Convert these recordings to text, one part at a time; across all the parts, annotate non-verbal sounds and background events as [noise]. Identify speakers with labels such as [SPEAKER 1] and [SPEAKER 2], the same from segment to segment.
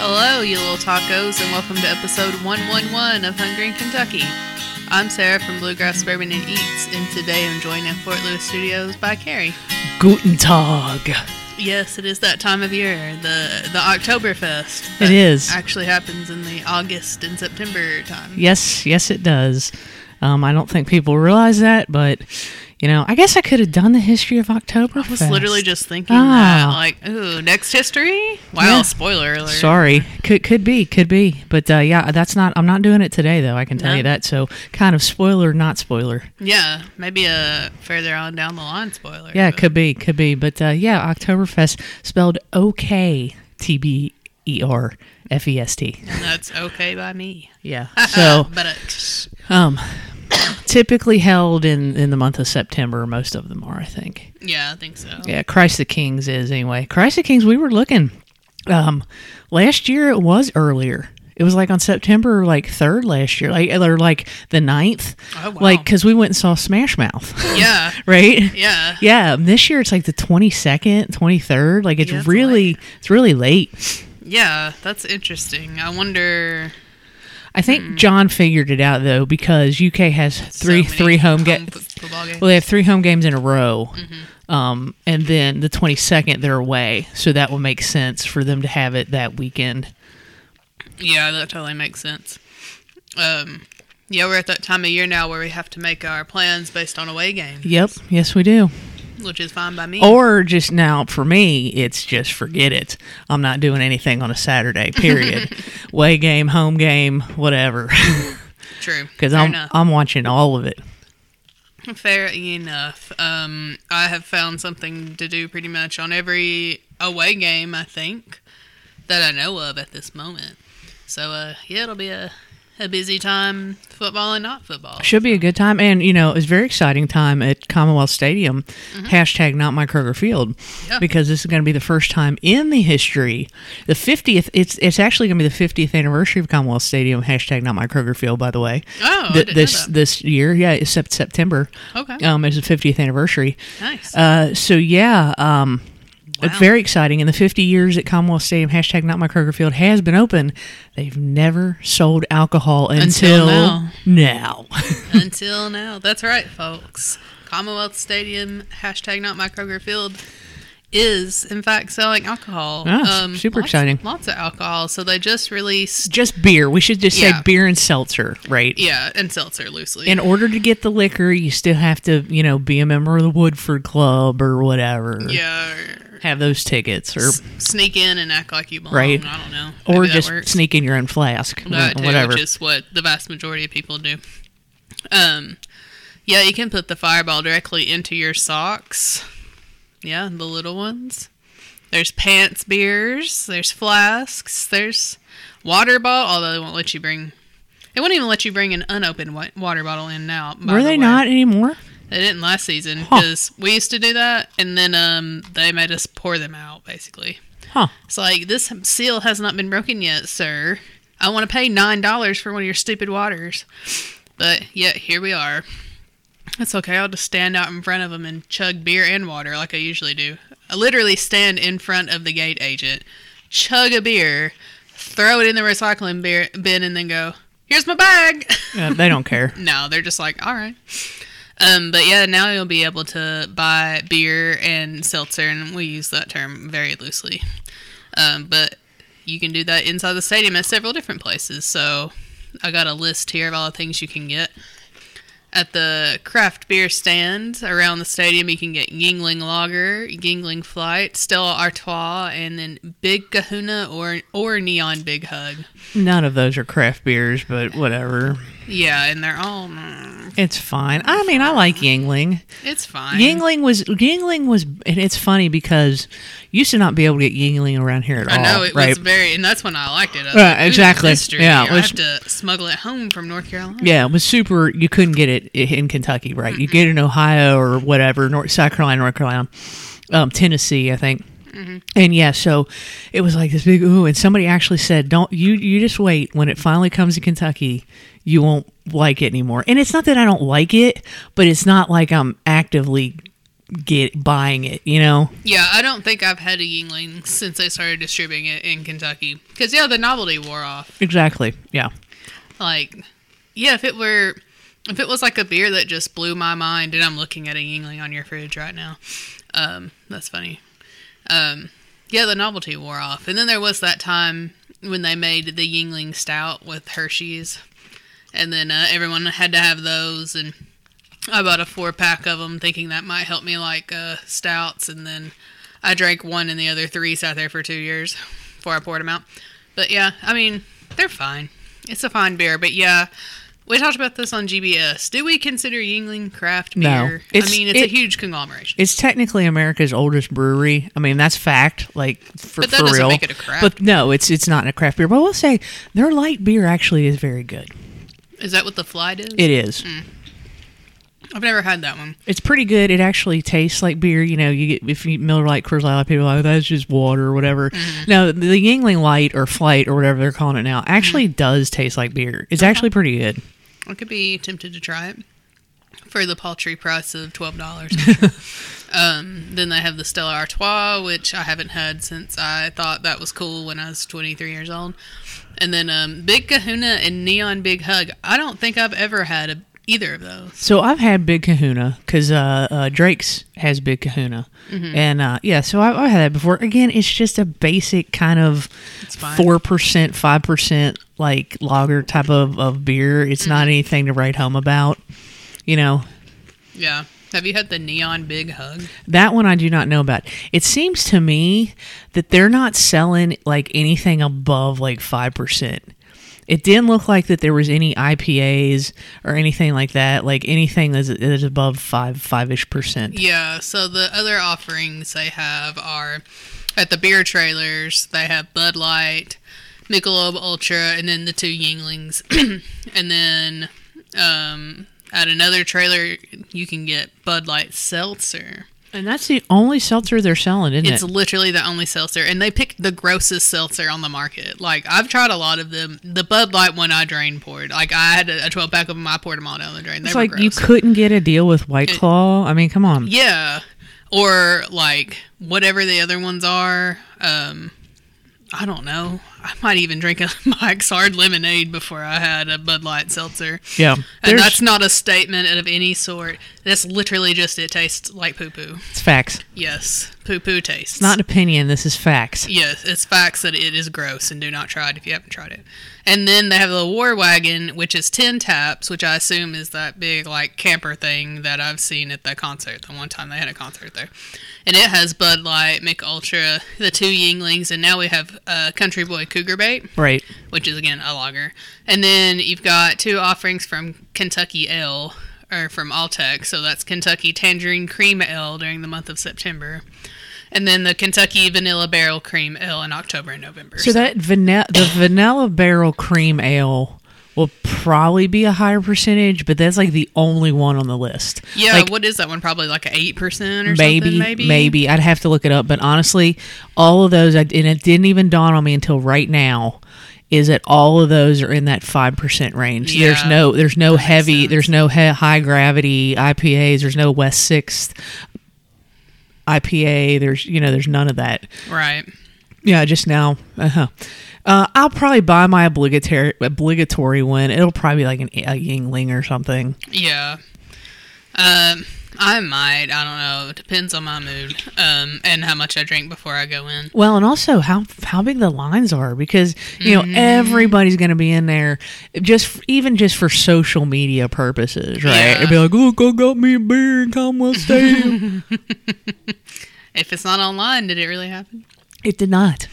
[SPEAKER 1] Hello, you little tacos, and welcome to episode 111 of Hungry in Kentucky. I'm Sarah from Bluegrass Bourbon and Eats, and today I'm joined in Fort Lewis Studios by Carrie.
[SPEAKER 2] Guten Tag.
[SPEAKER 1] Yes, it is that time of year, the the Oktoberfest.
[SPEAKER 2] It
[SPEAKER 1] that
[SPEAKER 2] is.
[SPEAKER 1] Actually happens in the August and September time.
[SPEAKER 2] Yes, yes, it does. Um, I don't think people realize that, but you know, I guess I could have done the history of October.
[SPEAKER 1] I was literally just thinking
[SPEAKER 2] Ah.
[SPEAKER 1] that, like, ooh, next history? Wow,
[SPEAKER 2] Yeah.
[SPEAKER 1] spoiler alert.
[SPEAKER 2] Sorry, could could be, could be, but uh, yeah, that's not. I'm not doing it today, though. I can tell
[SPEAKER 1] No.
[SPEAKER 2] you that. So, kind of spoiler, not spoiler.
[SPEAKER 1] Yeah, maybe a further on down the line spoiler.
[SPEAKER 2] Yeah,
[SPEAKER 1] but-
[SPEAKER 2] could be, could be, but uh, yeah, Oktoberfest spelled O K T B E R F E S T.
[SPEAKER 1] and that's okay by me. Uh,
[SPEAKER 2] Yeah. [laughs] So
[SPEAKER 1] but it's
[SPEAKER 2] Um, [coughs] typically held in in the month of September. Most of them are, I think.
[SPEAKER 1] yeah, I think so.
[SPEAKER 2] Yeah, Christ the Kings is anyway. Christ the Kings. We were looking. Um, last year it was earlier. It was like on September like third last year, like or like the 9th.
[SPEAKER 1] Oh, wow.
[SPEAKER 2] Like because we went and saw Smash Mouth, [laughs]
[SPEAKER 1] Yeah,
[SPEAKER 2] right?
[SPEAKER 1] yeah.
[SPEAKER 2] Yeah, this year it's like the twenty second, twenty third. Like it's
[SPEAKER 1] Yeah, it's
[SPEAKER 2] really, it's really late.
[SPEAKER 1] Yeah, that's interesting. I wonder.
[SPEAKER 2] I think John figured it out though because UK has
[SPEAKER 1] Mm-hmm. so
[SPEAKER 2] three
[SPEAKER 1] many
[SPEAKER 2] three home get
[SPEAKER 1] fo- football games.
[SPEAKER 2] Well, they have three home games in a row, um, and then the twenty second they're away, so that would make sense for them to have it that weekend.
[SPEAKER 1] Yeah, that totally makes sense. Um, yeah, we're at that time of year now where we have to make our plans based on away game,
[SPEAKER 2] Yep, yes we do.
[SPEAKER 1] which is fine by me.
[SPEAKER 2] Or just now for me, it's just forget it. I'm not doing anything on a Saturday. Period. Way game, home game, whatever, [laughs]
[SPEAKER 1] True,
[SPEAKER 2] because
[SPEAKER 1] fair
[SPEAKER 2] I'm
[SPEAKER 1] enough.
[SPEAKER 2] I'm watching all of it.
[SPEAKER 1] fair enough. Um, I have found something to do pretty much on every away game I think that I know of at this moment. So uh, yeah, it'll be a a busy time, football and not football.
[SPEAKER 2] Should be a good time, and you know it was a very exciting time at Commonwealth Stadium. Hashtag not my Kroger Field,
[SPEAKER 1] Mm-hmm. Yeah.
[SPEAKER 2] because this is going to be the first time in the history, the fiftieth. It's it's actually going to be the fiftieth anniversary of Commonwealth Stadium. Hashtag not my Kroger Field, by the way.
[SPEAKER 1] Oh, I
[SPEAKER 2] Th-
[SPEAKER 1] didn't know
[SPEAKER 2] this
[SPEAKER 1] that.
[SPEAKER 2] this year, yeah, except September.
[SPEAKER 1] Okay.
[SPEAKER 2] um, it's the fiftieth anniversary.
[SPEAKER 1] Nice.
[SPEAKER 2] Uh, so yeah, um,
[SPEAKER 1] Wow.
[SPEAKER 2] very exciting. In the 50 years that Commonwealth Stadium hashtag Not My Kroger Field has been open, they've never sold alcohol
[SPEAKER 1] Until
[SPEAKER 2] until,
[SPEAKER 1] now.
[SPEAKER 2] now.
[SPEAKER 1] Until now. That's right, folks. Commonwealth Stadium, hashtag not my Kroger Field, is in fact selling alcohol. Um,
[SPEAKER 2] Ah, s- super
[SPEAKER 1] lots-
[SPEAKER 2] exciting.
[SPEAKER 1] Lots of alcohol. So they just released,
[SPEAKER 2] just beer. We should just
[SPEAKER 1] Yeah.
[SPEAKER 2] say beer and seltzer, right?
[SPEAKER 1] yeah, and seltzer loosely.
[SPEAKER 2] In order to get the liquor, you still have to, you know, be a member of the Woodford Club or whatever.
[SPEAKER 1] yeah. or
[SPEAKER 2] Have those tickets or
[SPEAKER 1] s- Sneak in and act like you belong.
[SPEAKER 2] Right.
[SPEAKER 1] I don't know.
[SPEAKER 2] or
[SPEAKER 1] Maybe that
[SPEAKER 2] just
[SPEAKER 1] works.
[SPEAKER 2] sneak in your own flask.
[SPEAKER 1] that too,
[SPEAKER 2] whatever.
[SPEAKER 1] which is what the vast majority of people do. Um, yeah, you can put the fireball directly into your socks. Yeah, the little ones. There's pants beers. There's flasks. There's water bottle. Although they won't let you bring. They won't even let you bring an unopened wa- water bottle in now. by
[SPEAKER 2] Were
[SPEAKER 1] the
[SPEAKER 2] they
[SPEAKER 1] way.
[SPEAKER 2] not anymore?
[SPEAKER 1] They didn't last season because we used to do that, and then um, they made us pour them out basically.
[SPEAKER 2] Huh.
[SPEAKER 1] It's like this seal has not been broken yet, sir. I want to pay nine dollars for one of your stupid waters, but yet here we are. It's okay. I'll just stand out in front of them and chug beer and water like I usually do. I literally stand in front of the gate agent, chug a beer, throw it in the recycling beer bin, and then go. Here's my bag. [laughs]
[SPEAKER 2] Uh, they don't care.
[SPEAKER 1] no, they're just like, all right. Um, but yeah, now you'll be able to buy beer and seltzer, and we use that term very loosely. Um, but you can do that inside the stadium at several different places. So I got a list here of all the things you can get. At the craft beer stand around the stadium, you can get Yingling Lager, Yingling Flight, Stella Artois, and then Big Kahuna or or Neon Big Hug.
[SPEAKER 2] None of those are craft beers, but whatever.
[SPEAKER 1] Yeah, and they're all mm,
[SPEAKER 2] It's fine. I mean, I like Yingling.
[SPEAKER 1] it's fine.
[SPEAKER 2] Yingling was Yingling was, and it's funny because you used to not be able to get Yingling around here at all.
[SPEAKER 1] I know it
[SPEAKER 2] Oh, right?
[SPEAKER 1] was very, and that's when I liked it. I was
[SPEAKER 2] Right,
[SPEAKER 1] like, "Ooh,
[SPEAKER 2] exactly.
[SPEAKER 1] mystery.
[SPEAKER 2] Yeah, it
[SPEAKER 1] I
[SPEAKER 2] was-
[SPEAKER 1] have to smuggle it home from North Carolina.
[SPEAKER 2] Yeah, it was super. You couldn't get it i- in Kentucky, right? You get it in Ohio or whatever, North, South Carolina, North Carolina, um, Tennessee, I think. And yeah, so it was like this big ooh, and somebody actually said, "Don't you? You just wait. When it finally comes to Kentucky, you won't like it anymore." And it's not that I don't like it, but it's not like I'm actively get buying it, you know?
[SPEAKER 1] Yeah, I don't think I've had a Yingling since I started distributing it in Kentucky. Because, yeah, the novelty wore off.
[SPEAKER 2] Exactly. Yeah.
[SPEAKER 1] Like, yeah, if it were. If it was like a beer that just blew my mind, and I'm looking at a Yingling on your fridge right now, um, that's funny. Um, yeah, the novelty wore off, and then there was that time when they made the Yingling Stout with Hershey's, and then uh, everyone had to have those, and I bought a four pack of them, thinking that might help me like uh, stouts, and then I drank one, and the other three sat there for two years before I poured them out. But yeah, I mean, they're fine. It's a fine beer, but yeah. We talked about this on GBS. Do we consider Yingling craft
[SPEAKER 2] No.
[SPEAKER 1] beer? I
[SPEAKER 2] It's-
[SPEAKER 1] mean, it's a
[SPEAKER 2] it-
[SPEAKER 1] huge conglomeration.
[SPEAKER 2] It's technically America's oldest brewery. I mean, that's fact. Like for,
[SPEAKER 1] But that
[SPEAKER 2] for
[SPEAKER 1] doesn't
[SPEAKER 2] real.
[SPEAKER 1] make it a craft.
[SPEAKER 2] But no, it's it's not a craft beer. But we'll say their light beer actually is very good.
[SPEAKER 1] Is that what the fly does?
[SPEAKER 2] It is.
[SPEAKER 1] Hmm. I've never had that one.
[SPEAKER 2] It's pretty good. It actually tastes like beer. You know, you get if you Miller Lite, Coors Light, people are like that's just water or whatever.
[SPEAKER 1] Hmm.
[SPEAKER 2] No, the Yingling Light or Flight or whatever they're calling it now actually
[SPEAKER 1] Hmm.
[SPEAKER 2] does taste like beer. It's actually pretty good.
[SPEAKER 1] I could be tempted to try it for the paltry price of twelve dollars. um, then they have the Stella Artois, which I haven't had since I thought that was cool when I was twenty three years old. And then um, Big Kahuna and Neon Big Hug. I don't think I've ever had a, either of those.
[SPEAKER 2] So I've had Big Kahuna because uh, uh, Drake's has Big Kahuna, and uh, yeah, so I've, I've had that before. Again, it's just a basic kind of
[SPEAKER 1] fine.
[SPEAKER 2] four percent, five percent like lager type of, of beer. It's not anything to write home about. You know,
[SPEAKER 1] Yeah. Have you had the Neon Big Hug?
[SPEAKER 2] that one I do not know about. It seems to me that they're not selling like anything above like 5%. It didn't look like that there was any IPAs or anything like that, like anything that's, that is above 5 5ish percent.
[SPEAKER 1] Yeah, so the other offerings they have are at the beer trailers, they have Bud Light, Michelob Ultra, and then the two Yinglings. [clears throat] and then um, at another trailer, you can get Bud Light Seltzer.
[SPEAKER 2] And that's the only seltzer they're selling, isn't
[SPEAKER 1] It's
[SPEAKER 2] it?
[SPEAKER 1] literally the only seltzer, and they picked the grossest seltzer on the market. Like I've tried a lot of them. The Bud Light one I drain poured. Like I had a a twelve pack of them. I poured them all down the drain. They
[SPEAKER 2] It's
[SPEAKER 1] were
[SPEAKER 2] like you
[SPEAKER 1] gross.
[SPEAKER 2] couldn't get a deal with White Claw. I mean, come on.
[SPEAKER 1] Yeah. Or like whatever the other ones are. Um I don't know. I might even drink a [laughs] Mike's Hard Lemonade before I had a Bud Light seltzer.
[SPEAKER 2] Yeah.
[SPEAKER 1] And
[SPEAKER 2] There's
[SPEAKER 1] that's not a statement of any sort. That's literally just it tastes like poo poo.
[SPEAKER 2] it's facts.
[SPEAKER 1] Yes, poo poo tastes.
[SPEAKER 2] Not an opinion. This is facts.
[SPEAKER 1] Yes, it's facts that it is gross and do not try it if you haven't tried it. And then they have the War Wagon, which is 10 taps, which I assume is that big, like, camper thing that I've seen at the concert. The one time they had a concert there. And it has Bud Light, Mick Ultra, the two Yinglings, and now we have uh, Country Boy Cougar Bait,
[SPEAKER 2] Right.
[SPEAKER 1] which is, again, a lager. And then you've got two offerings from Kentucky Ale, or from Alltech. So that's Kentucky Tangerine Cream Ale during the month of September. And then the Kentucky Vanilla Barrel Cream Ale in October and November.
[SPEAKER 2] So that vanilla, the vanilla barrel cream ale will probably be a higher percentage, but that's like the only one on the list.
[SPEAKER 1] yeah,
[SPEAKER 2] like,
[SPEAKER 1] what is that one? Probably like an eight percent or
[SPEAKER 2] maybe,
[SPEAKER 1] something.
[SPEAKER 2] maybe,
[SPEAKER 1] Maybe,
[SPEAKER 2] I'd have to look it up, but honestly, all of those, I, and it didn't even dawn on me until right now, is that all of those are in that five percent range. There's
[SPEAKER 1] Yeah.
[SPEAKER 2] no, there's no heavy,
[SPEAKER 1] sense.
[SPEAKER 2] there's no he- high gravity IPAs. There's no West Sixth IPA. There's, you know, there's none of that.
[SPEAKER 1] Right.
[SPEAKER 2] Yeah, just now. Uh-huh. Uh, I'll probably buy my obligatory obligatory one. It'll probably be like an a Yingling or something.
[SPEAKER 1] Yeah. Um, I might. I don't know. It depends on my mood. Um, and how much I drink before I go in.
[SPEAKER 2] Well, and also how how big the lines are because you know everybody's going to be in there, just even just for social media purposes, right?
[SPEAKER 1] Yeah.
[SPEAKER 2] It'd be like, look, I got me a beer in Commonwealth Stadium.
[SPEAKER 1] If it's not online, did it really happen?
[SPEAKER 2] [laughs] it did not.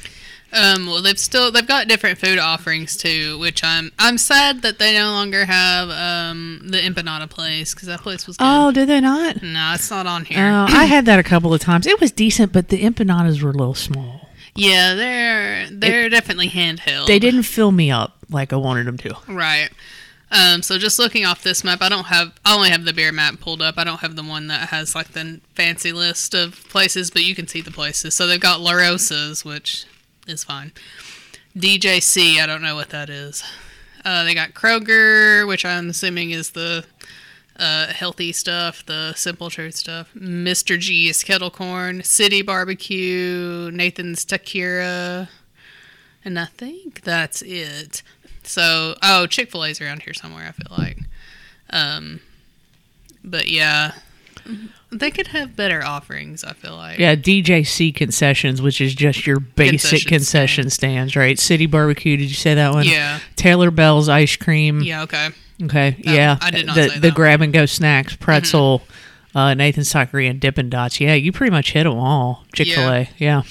[SPEAKER 1] Um, well, they've still they've got different food offerings too, which I'm I'm sad that they no longer have um the empanada place because that place was good.
[SPEAKER 2] Oh, did they not?
[SPEAKER 1] No, it's not on here.
[SPEAKER 2] Oh, I had that a couple of times. It was decent, but the empanadas were a little small.
[SPEAKER 1] Yeah, they're they're definitely handheld.
[SPEAKER 2] Oh. They didn't fill me up like I wanted them to.
[SPEAKER 1] right. Um, so just looking off this map, I don't have I only have the beer map pulled up. I don't have the one that has like the fancy list of places, but you can see the places. So they've got La Rosa's, which is fine. DJC, I don't know what that is. Uh, they got Kroger, which I'm assuming is the uh, healthy stuff, the simple truth stuff. Mr. G's kettle corn, city barbecue, Nathan's Takira, and I think that's it. So, oh, Chick Fil A's around here somewhere. I feel like, um, but yeah, they could have better offerings. I feel like,
[SPEAKER 2] Yeah, DJC concessions, which is just your basic
[SPEAKER 1] Concession
[SPEAKER 2] concession stands, right? City Barbecue, did you say that one?
[SPEAKER 1] Yeah.
[SPEAKER 2] Taylor Bell's ice cream.
[SPEAKER 1] yeah, okay,
[SPEAKER 2] Okay. yeah.
[SPEAKER 1] I did not
[SPEAKER 2] the
[SPEAKER 1] say
[SPEAKER 2] the
[SPEAKER 1] that Mm-hmm.
[SPEAKER 2] grab and go snacks, pretzel, uh, Nathan's Taqueria, and Dippin' Dots. Yeah, you pretty much hit them all. Chick Fil A. Yeah.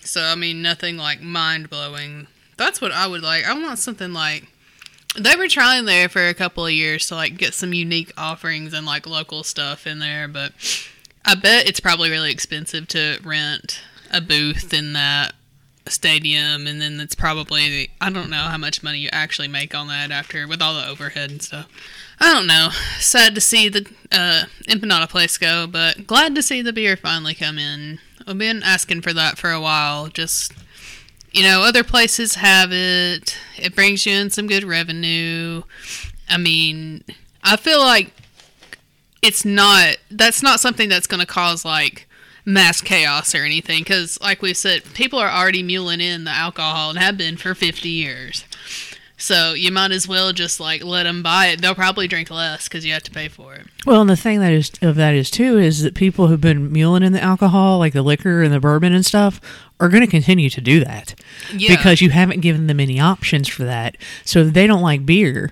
[SPEAKER 1] So I mean, nothing like mind blowing. That's what I would like. I want something like they were trying there for a couple of years to like get some unique offerings and like local stuff in there, but I bet it's probably really expensive to rent a booth in that stadium and then it's probably I don't know how much money you actually make on that after with all the overhead and stuff. I don't know. Sad to see the uh, empanada place go, but glad to see the beer finally come in. I've been asking for that for a while. Just you know, other places have it. It brings you in some good revenue. I mean, I feel like it's not that's not something that's going to cause like mass chaos or anything because like we said people are already mulling in the alcohol and have been for 50 years so you might as well just like let them buy it they'll probably drink less because you have to pay for it
[SPEAKER 2] Well, and the thing that is of that is too is that people who've been mulling in the alcohol, like the liquor and the bourbon and stuff, are going to continue to do that
[SPEAKER 1] Yeah.
[SPEAKER 2] because you haven't given them any options for that. So they don't like beer,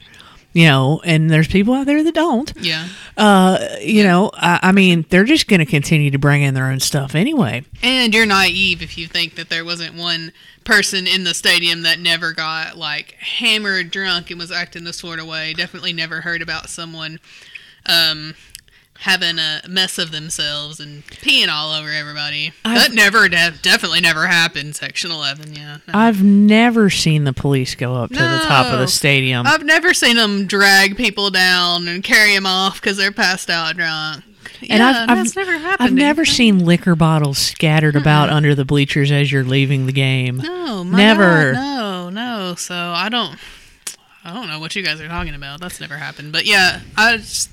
[SPEAKER 2] you know, and there's people out there that don't.
[SPEAKER 1] yeah
[SPEAKER 2] Uh, you know, I, I mean, they're just going to continue to bring in their own stuff anyway.
[SPEAKER 1] and you're naive if you think that there wasn't one person in the stadium that never got like hammered drunk and was acting this sort of way definitely never heard about someone um having a mess of themselves and peeing all over everybody
[SPEAKER 2] I've-
[SPEAKER 1] that never def- definitely never happened section 11 yeah no.
[SPEAKER 2] I've never seen the police go up to the top of
[SPEAKER 1] No. Uh,
[SPEAKER 2] the stadium.
[SPEAKER 1] I've never seen them drag people down and carry them off because they're passed out drunk.
[SPEAKER 2] And
[SPEAKER 1] yeah,
[SPEAKER 2] I've, I've,
[SPEAKER 1] that's never happened. to
[SPEAKER 2] I've never
[SPEAKER 1] you.
[SPEAKER 2] seen liquor bottles scattered about under the bleachers as you're leaving the game.
[SPEAKER 1] No, my never.
[SPEAKER 2] Never.
[SPEAKER 1] no, no. So I don't. I don't know what you guys are talking about. That's never happened. But yeah, I just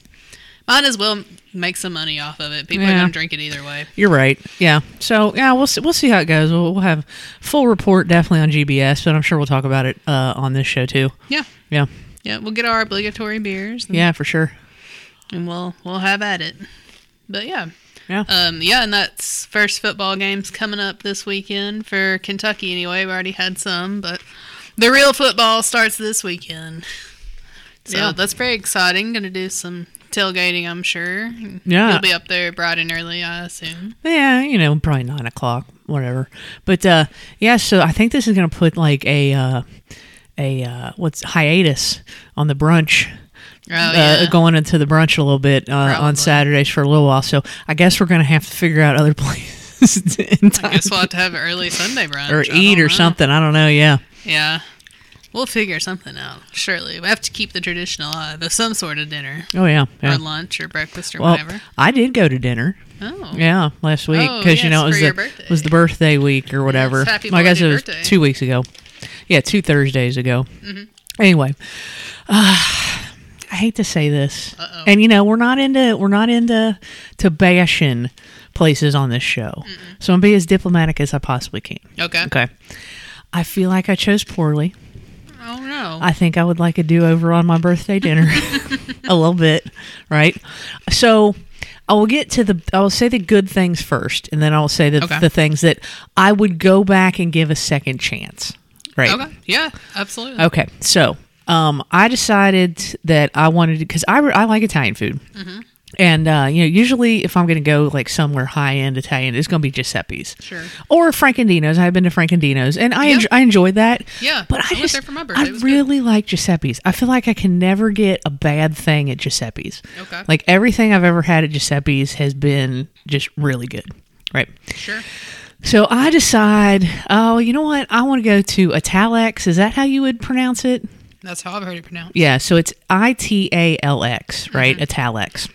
[SPEAKER 1] might as well make some money off of it. People
[SPEAKER 2] Yeah.
[SPEAKER 1] are gonna drink it either way.
[SPEAKER 2] You're right. Yeah. So yeah, we'll see, we'll see how it goes. We'll, we'll have full report definitely on GBS, but I'm sure we'll talk about it uh, on this show too.
[SPEAKER 1] Yeah,
[SPEAKER 2] Yeah.
[SPEAKER 1] yeah. We'll get our obligatory beers. And,
[SPEAKER 2] Yeah, for sure.
[SPEAKER 1] and we'll we'll have at it. But yeah.
[SPEAKER 2] Yeah.
[SPEAKER 1] Um, yeah, and that's first football games coming up this weekend for Kentucky. Anyway, we already had some, but the real football starts this weekend. So
[SPEAKER 2] Yeah.
[SPEAKER 1] that's very exciting. Going to do some tailgating, I'm sure.
[SPEAKER 2] Yeah.
[SPEAKER 1] you'll be up there bright and early, I assume.
[SPEAKER 2] yeah, you know, probably nine o'clock, whatever. But uh, yeah, so I think this is gonna put like a uh, a uh, what's hiatus on the brunch.
[SPEAKER 1] Oh
[SPEAKER 2] uh,
[SPEAKER 1] yeah,
[SPEAKER 2] Going into the brunch a little bit uh, on
[SPEAKER 1] Probably.
[SPEAKER 2] Saturdays for a little while, so I guess we're gonna have to figure out other [laughs] places in time
[SPEAKER 1] I guess we'll have to have an early Sunday brunch
[SPEAKER 2] or
[SPEAKER 1] I
[SPEAKER 2] eat
[SPEAKER 1] don't
[SPEAKER 2] or
[SPEAKER 1] know.
[SPEAKER 2] something. I don't know. Yeah.
[SPEAKER 1] Yeah, we'll figure something out. Surely we have to keep the tradition alive of some sort of dinner
[SPEAKER 2] Oh yeah. yeah.
[SPEAKER 1] or lunch or breakfast or
[SPEAKER 2] Well,
[SPEAKER 1] whatever.
[SPEAKER 2] I did go to dinner.
[SPEAKER 1] Oh
[SPEAKER 2] Yeah, last week
[SPEAKER 1] Oh,
[SPEAKER 2] because you
[SPEAKER 1] yes,
[SPEAKER 2] know it was
[SPEAKER 1] for your
[SPEAKER 2] the
[SPEAKER 1] birthday.
[SPEAKER 2] was the birthday week or whatever.
[SPEAKER 1] happy
[SPEAKER 2] I guess it
[SPEAKER 1] belated
[SPEAKER 2] was
[SPEAKER 1] birthday. Mm-hmm.
[SPEAKER 2] two weeks ago. Yeah, two Thursdays ago. Anyway, uh, I hate to say this,
[SPEAKER 1] Uh-oh.
[SPEAKER 2] and you know we're not into we're not into to bashing places on this show, so I'm gonna be as diplomatic as I possibly can.
[SPEAKER 1] Okay.
[SPEAKER 2] Okay, I feel like I chose poorly.
[SPEAKER 1] Oh no.
[SPEAKER 2] I think I would like a do over on my
[SPEAKER 1] [laughs]
[SPEAKER 2] birthday dinner a little bit, right? So I will get to the I will say the good things first and then I'll say the,
[SPEAKER 1] Okay.
[SPEAKER 2] the things that I would go back and give a second chance. Right.
[SPEAKER 1] okay. Yeah. Absolutely.
[SPEAKER 2] Okay. So, um, I decided that I wanted because I, re- I like Italian food.
[SPEAKER 1] Mm-hmm.
[SPEAKER 2] And uh, you know, usually if I'm going to go like somewhere high end Italian, it's going to be Giuseppe's,
[SPEAKER 1] Sure.
[SPEAKER 2] or Francandino's. I've been to Francandino's, and I
[SPEAKER 1] Yeah.
[SPEAKER 2] enj- I enjoyed that.
[SPEAKER 1] Yeah,
[SPEAKER 2] but
[SPEAKER 1] I
[SPEAKER 2] I,
[SPEAKER 1] went
[SPEAKER 2] just
[SPEAKER 1] there for my birthday.
[SPEAKER 2] I
[SPEAKER 1] It was good.
[SPEAKER 2] really like Giuseppe's. I feel like I can never get a bad thing at Giuseppe's.
[SPEAKER 1] Okay.
[SPEAKER 2] like everything I've ever had at Giuseppe's has been just really good. Right.
[SPEAKER 1] Sure.
[SPEAKER 2] So I decide, oh, you know what? I want to go to Italex. Is that how you would pronounce it?
[SPEAKER 1] That's how I've heard it pronounced.
[SPEAKER 2] Yeah, so it's I T A L X, right? Italex.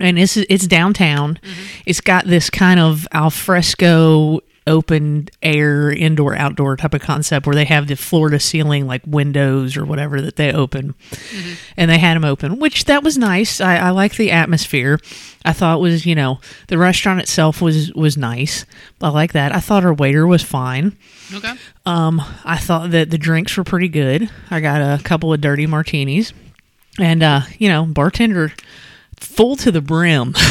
[SPEAKER 2] And it's it's downtown. It's got this kind of alfresco open air indoor outdoor type of concept where they have the floor to ceiling like windows or whatever that they open and they had them open which that was nice i, I like the atmosphere i thought was you know the restaurant itself was was nice i like that i thought our waiter was fine
[SPEAKER 1] Okay.
[SPEAKER 2] um, I thought that the drinks were pretty good. I got a couple of dirty martinis, and uh, you know, bartender full to the brim, [laughs]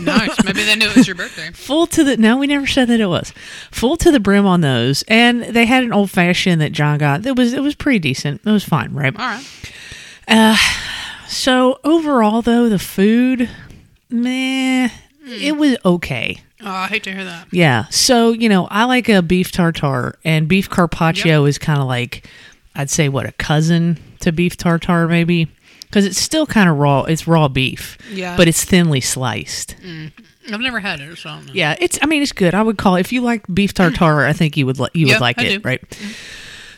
[SPEAKER 1] Nice. Maybe they knew it was your birthday.
[SPEAKER 2] full to the. No, we never said that it was full to the brim on those. And they had an old fashioned that John got. That was it was pretty decent. It was fine, right?
[SPEAKER 1] All right.
[SPEAKER 2] So overall, though, the food, meh, it was okay.
[SPEAKER 1] Oh, I hate to hear that.
[SPEAKER 2] Yeah. So, you know, I like a beef tartare, and beef carpaccio is kind of like, I'd say, what, a cousin to beef tartare, maybe? Because it's still kind of raw. It's raw beef.
[SPEAKER 1] Yeah. Mm.
[SPEAKER 2] But it's thinly sliced.
[SPEAKER 1] I've never had it, so I don't know.
[SPEAKER 2] Yeah. It's, I mean, it's good. I would call it, if you like beef tartare, I think you would, li- you
[SPEAKER 1] Yeah,
[SPEAKER 2] would like
[SPEAKER 1] I
[SPEAKER 2] it,
[SPEAKER 1] do. Mm-hmm.
[SPEAKER 2] right?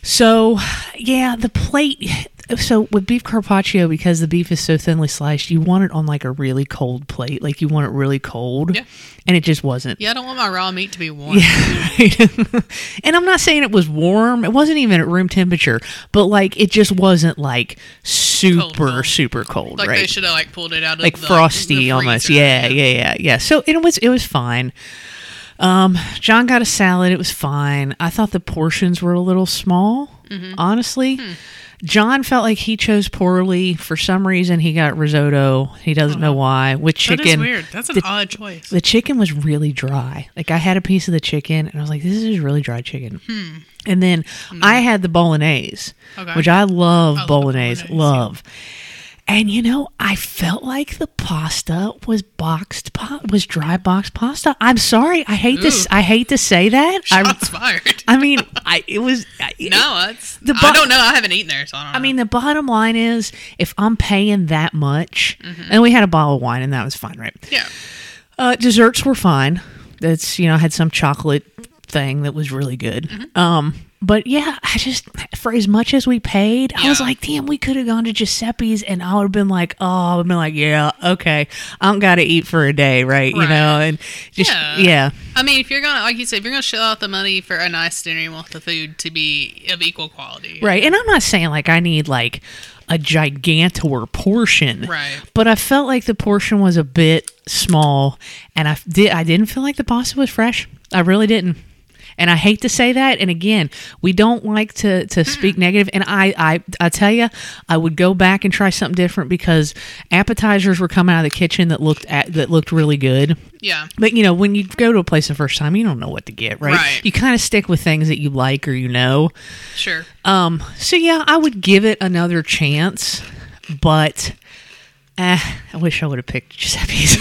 [SPEAKER 2] So, yeah, the plate. So with beef carpaccio, because the beef is so thinly sliced, you want it on like a really cold plate. Like you want it really cold.
[SPEAKER 1] Yeah.
[SPEAKER 2] And it just wasn't.
[SPEAKER 1] Yeah, I don't want my raw meat to be warm.
[SPEAKER 2] [laughs] and I'm not saying it was warm. It wasn't even at room temperature, but like it just wasn't like super
[SPEAKER 1] cold.
[SPEAKER 2] super cold,
[SPEAKER 1] Like they
[SPEAKER 2] right?
[SPEAKER 1] should have like pulled it out of
[SPEAKER 2] Like
[SPEAKER 1] the,
[SPEAKER 2] frosty
[SPEAKER 1] the
[SPEAKER 2] almost.
[SPEAKER 1] freezer.
[SPEAKER 2] Yeah, yeah, yeah, yeah. So it was it was fine. Um, John got a salad. It was fine. I thought the portions were a little small,
[SPEAKER 1] Mm-hmm.
[SPEAKER 2] honestly.
[SPEAKER 1] Hmm.
[SPEAKER 2] John felt like he chose poorly for some reason. He got risotto. He doesn't know why. With
[SPEAKER 1] Oh, That
[SPEAKER 2] chicken,
[SPEAKER 1] is weird. That's an odd choice. [laughs]
[SPEAKER 2] the chicken was really dry. Like I had a piece of the chicken and I was like, this is really dry chicken. And then I had the bolognese,
[SPEAKER 1] Hmm. Okay.
[SPEAKER 2] which I love
[SPEAKER 1] love
[SPEAKER 2] bolognese,
[SPEAKER 1] bolognese, yeah.
[SPEAKER 2] love. And you know, I felt like the pasta was boxed, pa- was dry boxed pasta. I'm sorry, I hate this.
[SPEAKER 1] Ooh.
[SPEAKER 2] I hate to say that.
[SPEAKER 1] [laughs]
[SPEAKER 2] I,
[SPEAKER 1] Shots fired.
[SPEAKER 2] I mean, I it was. I,
[SPEAKER 1] no, it's.
[SPEAKER 2] The
[SPEAKER 1] I
[SPEAKER 2] bo-
[SPEAKER 1] don't know. I haven't eaten there, so I don't know.
[SPEAKER 2] I mean, the bottom line is, if I'm paying that much,
[SPEAKER 1] Mm-hmm.
[SPEAKER 2] and we had a bottle of wine, and that was fine, right?
[SPEAKER 1] yeah.
[SPEAKER 2] Uh, desserts were fine. That's you know I had some chocolate thing that was really good.
[SPEAKER 1] Mm-hmm.
[SPEAKER 2] Um, but yeah, I just for as much as we paid, I was
[SPEAKER 1] Yeah.
[SPEAKER 2] like, damn, we could have gone to Giuseppe's, and I would have been like, oh, I would have been like, yeah, okay, I don't got to eat for a day, right? You
[SPEAKER 1] Right.
[SPEAKER 2] know, and just
[SPEAKER 1] Yeah.
[SPEAKER 2] yeah.
[SPEAKER 1] I mean, if you're gonna, like you said, if you're gonna shell out the money for a nice dinner, you want the food to be of equal quality.
[SPEAKER 2] right. And I'm not saying like I need like a gigantor portion,
[SPEAKER 1] Right.
[SPEAKER 2] But I felt like the portion was a bit small, and I f- did. I didn't feel like the pasta was fresh. I really didn't. And I hate to say that. And again, we don't like to, to speak negative. And I, I I tell you, I would go back and try something different because appetizers were coming out of the kitchen that looked at that looked really good.
[SPEAKER 1] Yeah.
[SPEAKER 2] But you know, when you go to a place the first time, you don't know what to get, right?
[SPEAKER 1] Right.
[SPEAKER 2] You kind of stick with things that you like or you know.
[SPEAKER 1] Sure.
[SPEAKER 2] Um, so yeah, I would give it another chance, but eh, I wish I would have picked
[SPEAKER 1] [laughs]
[SPEAKER 2] Giuseppe's.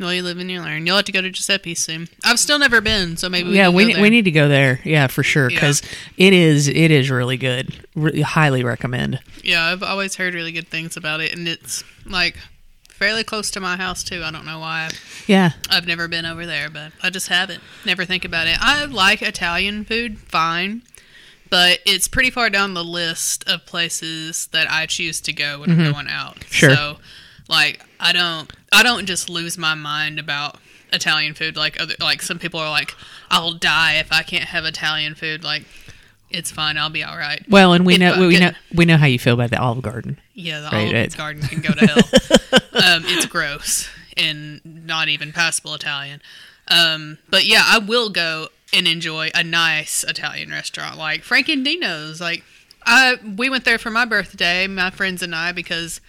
[SPEAKER 1] Well, you live and you learn. You'll have to go to Giuseppe soon. I've still never been, so maybe we
[SPEAKER 2] yeah,
[SPEAKER 1] can
[SPEAKER 2] we
[SPEAKER 1] go
[SPEAKER 2] ne-
[SPEAKER 1] there.
[SPEAKER 2] we need to go there. Yeah, for sure, because it is it is really good. Re- highly recommend.
[SPEAKER 1] Yeah, I've always heard really good things about it, and it's like fairly close to my house too. I don't know why
[SPEAKER 2] Yeah,
[SPEAKER 1] I've never been over there, but I just haven't. Never think about it. I like Italian food, fine, but it's pretty far down the list of places that I choose to go when I'm going out.
[SPEAKER 2] Mm-hmm. Sure.
[SPEAKER 1] So, like, I don't, I don't just lose my mind about Italian food. Like, other, like some people are like, I'll die if I can't have Italian food. Like, it's fine. I'll be all right.
[SPEAKER 2] well, and we
[SPEAKER 1] It
[SPEAKER 2] know we
[SPEAKER 1] fucking-
[SPEAKER 2] know we know how you feel about the Olive Garden.
[SPEAKER 1] yeah, the
[SPEAKER 2] Right,
[SPEAKER 1] Olive
[SPEAKER 2] right.
[SPEAKER 1] Garden can go to hell.
[SPEAKER 2] [laughs]
[SPEAKER 1] um, it's gross and not even passable Italian. Um, but yeah, I will go and enjoy a nice Italian restaurant like Frankendino's. Like, I we went there for my birthday, my friends and I, because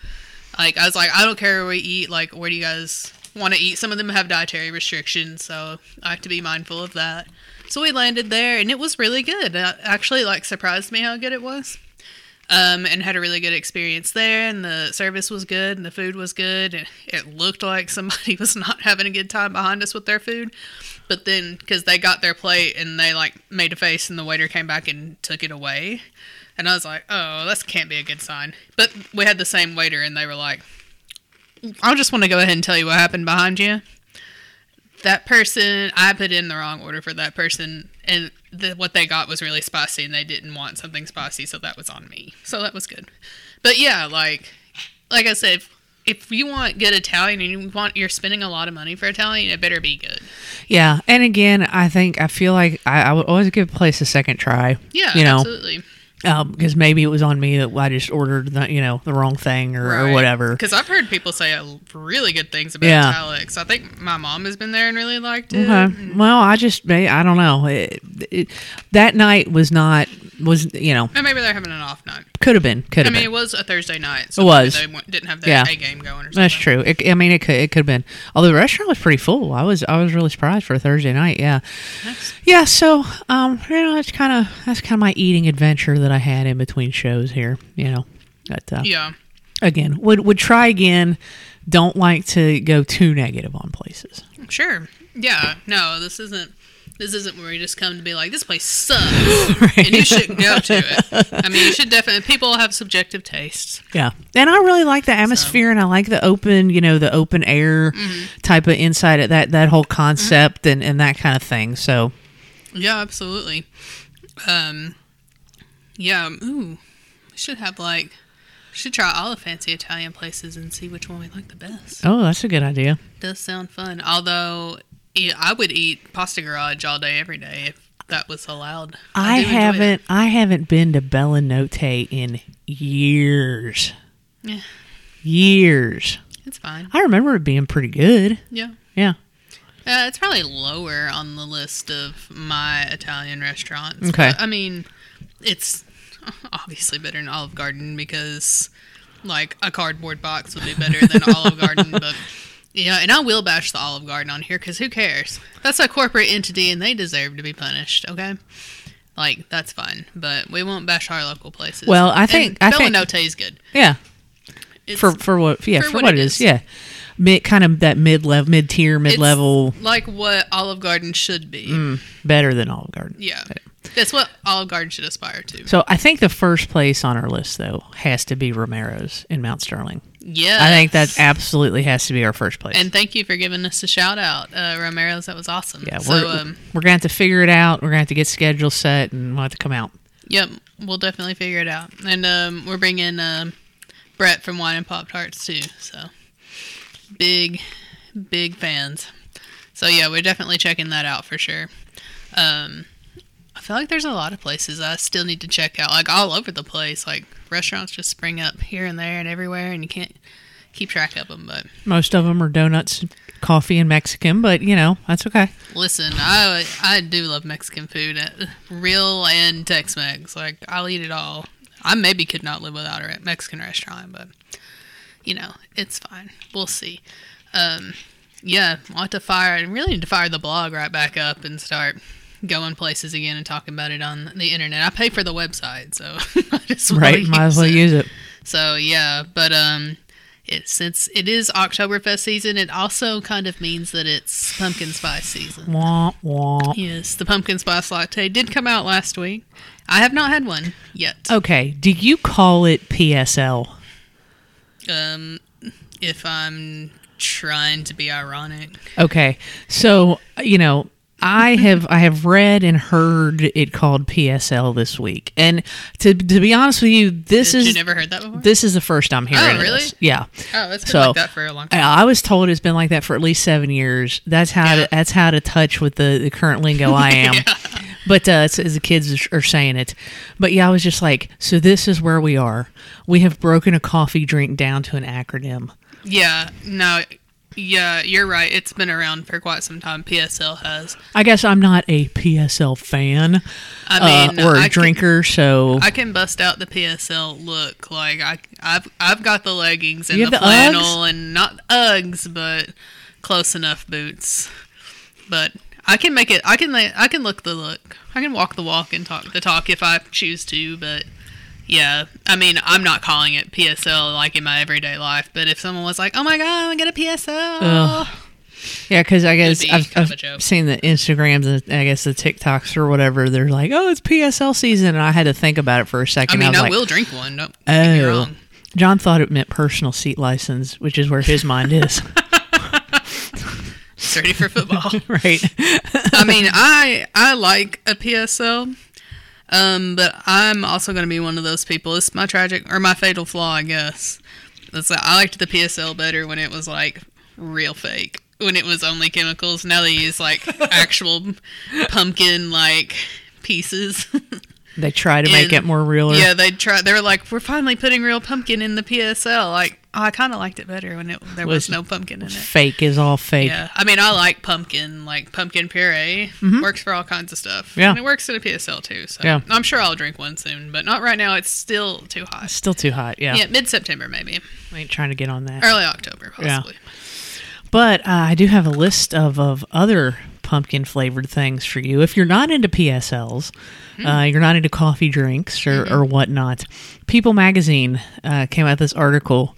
[SPEAKER 1] like I was like, I don't care where we eat. Like, where do you guys want to eat? Some of them have dietary restrictions, so I have to be mindful of that. So we landed there, and it was really good. It actually like surprised me how good it was um, and had a really good experience there. And the service was good, and the food was good. And it looked like somebody [laughs] was not having a good time behind us with their food, but then because they got their plate and they like made a face, and the waiter came back and took it away, and I was like, "Oh, this can't be a good sign." But we had the same waiter, and they were like, "I just want to go ahead and tell you what happened behind you." That person, I put in the wrong order for that person, and the, what they got was really spicy, and they didn't want something spicy, so that was on me. So that was good. But yeah, like, like I said, if you want good Italian and you want you're spending a lot of money for Italian, it better be good.
[SPEAKER 2] Yeah, and again, I think I feel like I, I would always give a place a second try.
[SPEAKER 1] Yeah,
[SPEAKER 2] you know,
[SPEAKER 1] absolutely.
[SPEAKER 2] because maybe it was on me that I just ordered the you know the wrong thing or, or whatever.
[SPEAKER 1] Because I've heard people say uh, really good things about
[SPEAKER 2] Yeah.
[SPEAKER 1] italics. I think my mom has been there and really liked it.
[SPEAKER 2] Okay. Uh-huh. Well, I just may- I don't know. It, it, that night was not was you know
[SPEAKER 1] And maybe they're having an off night.
[SPEAKER 2] could have been
[SPEAKER 1] I
[SPEAKER 2] could have
[SPEAKER 1] mean, it
[SPEAKER 2] been.
[SPEAKER 1] was a Thursday night. So
[SPEAKER 2] It
[SPEAKER 1] maybe
[SPEAKER 2] was.
[SPEAKER 1] They went- didn't have their
[SPEAKER 2] Yeah.
[SPEAKER 1] A game going or something.
[SPEAKER 2] That's true. It, I mean, it could it could have been. Although the restaurant was pretty full, I was I was really surprised for a Thursday night. Yeah,
[SPEAKER 1] Nice.
[SPEAKER 2] yeah. So um, you know, it's kind of that's kind of my eating adventure that I had in between shows here. You know, but uh,
[SPEAKER 1] Yeah.
[SPEAKER 2] again, would would try again. Don't like to go too negative on places. [laughs]
[SPEAKER 1] Sure. Yeah. No, this isn't. This isn't where you just come to be like this place
[SPEAKER 2] [laughs]
[SPEAKER 1] sucks and you shouldn't go to it. I mean, you should definitely. People have subjective tastes.
[SPEAKER 2] Yeah, and I really like the atmosphere, and I like the open, you know, the open air type of insight at that that whole concept and and that kind of thing. So
[SPEAKER 1] Yeah, absolutely. Um, yeah. Ooh, we should have like. we Should try all the fancy Italian places and see which one we like the best.
[SPEAKER 2] oh, that's a good idea.
[SPEAKER 1] Does sound fun. Although e- I would eat pasta garage all day, every day if that was allowed.
[SPEAKER 2] I,
[SPEAKER 1] do enjoy it.
[SPEAKER 2] haven't I haven't been to Bella Notte in years.
[SPEAKER 1] Yeah.
[SPEAKER 2] Years.
[SPEAKER 1] It's fine.
[SPEAKER 2] I remember it being pretty good.
[SPEAKER 1] Yeah.
[SPEAKER 2] Yeah.
[SPEAKER 1] Uh, it's probably lower on the list of my Italian restaurants.
[SPEAKER 2] Okay.
[SPEAKER 1] But, I mean, it's obviously better than Olive Garden because, like, a cardboard box would be better
[SPEAKER 2] [laughs]
[SPEAKER 1] than Olive Garden. But, yeah, and I will bash the Olive Garden on here because who cares? That's a corporate entity and they deserve to be punished, okay? Like, that's fine. But we won't bash our local places.
[SPEAKER 2] Well, I think- I
[SPEAKER 1] And Bella
[SPEAKER 2] think-
[SPEAKER 1] Notte is good.
[SPEAKER 2] Yeah.
[SPEAKER 1] It's,
[SPEAKER 2] For for what yeah, for, what, it is. Yeah. Mid kind of that mid level mid tier, mid
[SPEAKER 1] it's
[SPEAKER 2] level
[SPEAKER 1] Like what Olive Garden should be.
[SPEAKER 2] Mm. better than Olive Garden.
[SPEAKER 1] Yeah. That's what Olive Garden should aspire to.
[SPEAKER 2] So I think the first place on our list though has to be Romero's in Mount Sterling.
[SPEAKER 1] Yeah.
[SPEAKER 2] I think that absolutely has to be our first place.
[SPEAKER 1] And thank you for giving us a shout out, uh, Romero's. That was awesome.
[SPEAKER 2] yeah, we're,
[SPEAKER 1] So, um,
[SPEAKER 2] we're gonna have to figure it out. We're gonna have to get schedule set and we'll have to come out.
[SPEAKER 1] yep, we'll definitely figure it out. And um, we're bringing um, Brett from Wine and Pop Tarts too. So, big, big fans. So, yeah, we're definitely checking that out for sure. Um, I feel like there's a lot of places I still need to check out, like all over the place. Like restaurants just spring up here and there and everywhere, and you can't keep track of them. But
[SPEAKER 2] Most of them are donuts, coffee, and Mexican, but you know that's okay.
[SPEAKER 1] Listen, I I do love Mexican food, uh, real and Tex-Mex. Like I'll eat it all. I maybe could not live without a re- Mexican restaurant, but you know it's fine. We'll see. Um, yeah, I'll have to fire and really need to fire the blog right back up and start going places again and talking about it on the internet. I pay for the website, so [laughs] I just wanna
[SPEAKER 2] Right?
[SPEAKER 1] [laughs]
[SPEAKER 2] Might as well
[SPEAKER 1] it.
[SPEAKER 2] use it.
[SPEAKER 1] So yeah, but um, it since it is Oktoberfest season, it also kind of means that it's pumpkin spice season.
[SPEAKER 2] Wah, wah.
[SPEAKER 1] Yes, the pumpkin spice latte did come out last week. I have not had one yet.
[SPEAKER 2] Okay. Do you call it PSL?
[SPEAKER 1] Um, if I'm trying to be ironic,
[SPEAKER 2] Okay. So you know.
[SPEAKER 1] [laughs]
[SPEAKER 2] I have I have read and heard it called PSL this week, and to to be honest with you, this
[SPEAKER 1] did
[SPEAKER 2] is
[SPEAKER 1] you never heard that before?
[SPEAKER 2] this is the first I'm hearing. of
[SPEAKER 1] really?
[SPEAKER 2] this. Yeah.
[SPEAKER 1] oh, it's been
[SPEAKER 2] so-
[SPEAKER 1] like that for a long time.
[SPEAKER 2] I I was told it's been like that for at least seven years. That's how
[SPEAKER 1] Yeah.
[SPEAKER 2] to, that's how to touch with the, the current lingo
[SPEAKER 1] [laughs]
[SPEAKER 2] I am. But uh, it's, as the kids are saying it, but yeah, I was just like, so this is where we are. We have broken a coffee drink down to an acronym.
[SPEAKER 1] Yeah, no, yeah, you're right. It's been around for quite some time. PSL has.
[SPEAKER 2] I guess I'm not a PSL fan
[SPEAKER 1] I mean,
[SPEAKER 2] uh, or a
[SPEAKER 1] I can-
[SPEAKER 2] drinker, so
[SPEAKER 1] I can bust out the PSL look. Like I, I've I've got the leggings and
[SPEAKER 2] You
[SPEAKER 1] the,
[SPEAKER 2] have the Uggs?
[SPEAKER 1] flannel and not Uggs, but close enough boots. But I can make it. I can la- I can look the look. I can walk the walk and talk the talk if I choose to. But yeah, I mean, I'm not calling it PSL like in my everyday life. But if someone was like, "Oh my god, I get a PSL,"
[SPEAKER 2] Ugh. yeah, because I guess
[SPEAKER 1] be
[SPEAKER 2] I've,
[SPEAKER 1] kind of a
[SPEAKER 2] I've
[SPEAKER 1] joke.
[SPEAKER 2] seen the Instagrams and I guess the TikToks or whatever. They're like, oh, it's PSL season, and I had to think about it for a second.
[SPEAKER 1] I mean,
[SPEAKER 2] was
[SPEAKER 1] I
[SPEAKER 2] like,
[SPEAKER 1] will drink one. Don't get me
[SPEAKER 2] Oh,
[SPEAKER 1] wrong.
[SPEAKER 2] John thought it meant personal seat license, which is where his
[SPEAKER 1] [laughs]
[SPEAKER 2] mind is, [laughs]
[SPEAKER 1] It's ready for football.
[SPEAKER 2] right?
[SPEAKER 1] I mean, I I like a PSL, um, but I'm also going to be one of those people. It's my tragic or my fatal flaw, I guess. That's I liked the PSL better when it was like real fake. When it was only chemicals. Now they use like actual pumpkin like pieces.
[SPEAKER 2] They try to make
[SPEAKER 1] And-
[SPEAKER 2] it more realer.
[SPEAKER 1] yeah, they try. They were like, "We're finally putting real pumpkin in the PSL." Like, oh, I kind of liked it better when it there was,
[SPEAKER 2] Was-
[SPEAKER 1] no pumpkin in it.
[SPEAKER 2] Fake is all fake.
[SPEAKER 1] Yeah, I mean, I like pumpkin. Like pumpkin puree works for all kinds of stuff.
[SPEAKER 2] Mm-hmm. Yeah.
[SPEAKER 1] and it works in a PSL too. So
[SPEAKER 2] Yeah.
[SPEAKER 1] I'm sure I'll drink one soon, but not right now. It's still too hot.
[SPEAKER 2] Still too hot. Yeah.
[SPEAKER 1] Yeah, mid September maybe,
[SPEAKER 2] I ain't trying to get on that.
[SPEAKER 1] early October
[SPEAKER 2] Yeah.
[SPEAKER 1] possibly.
[SPEAKER 2] But uh, I do have a list of, of other pumpkin flavored things for you. If you're not into PSLs, uh, you're not into coffee drinks or, or whatnot, People Magazine uh, came out with this article.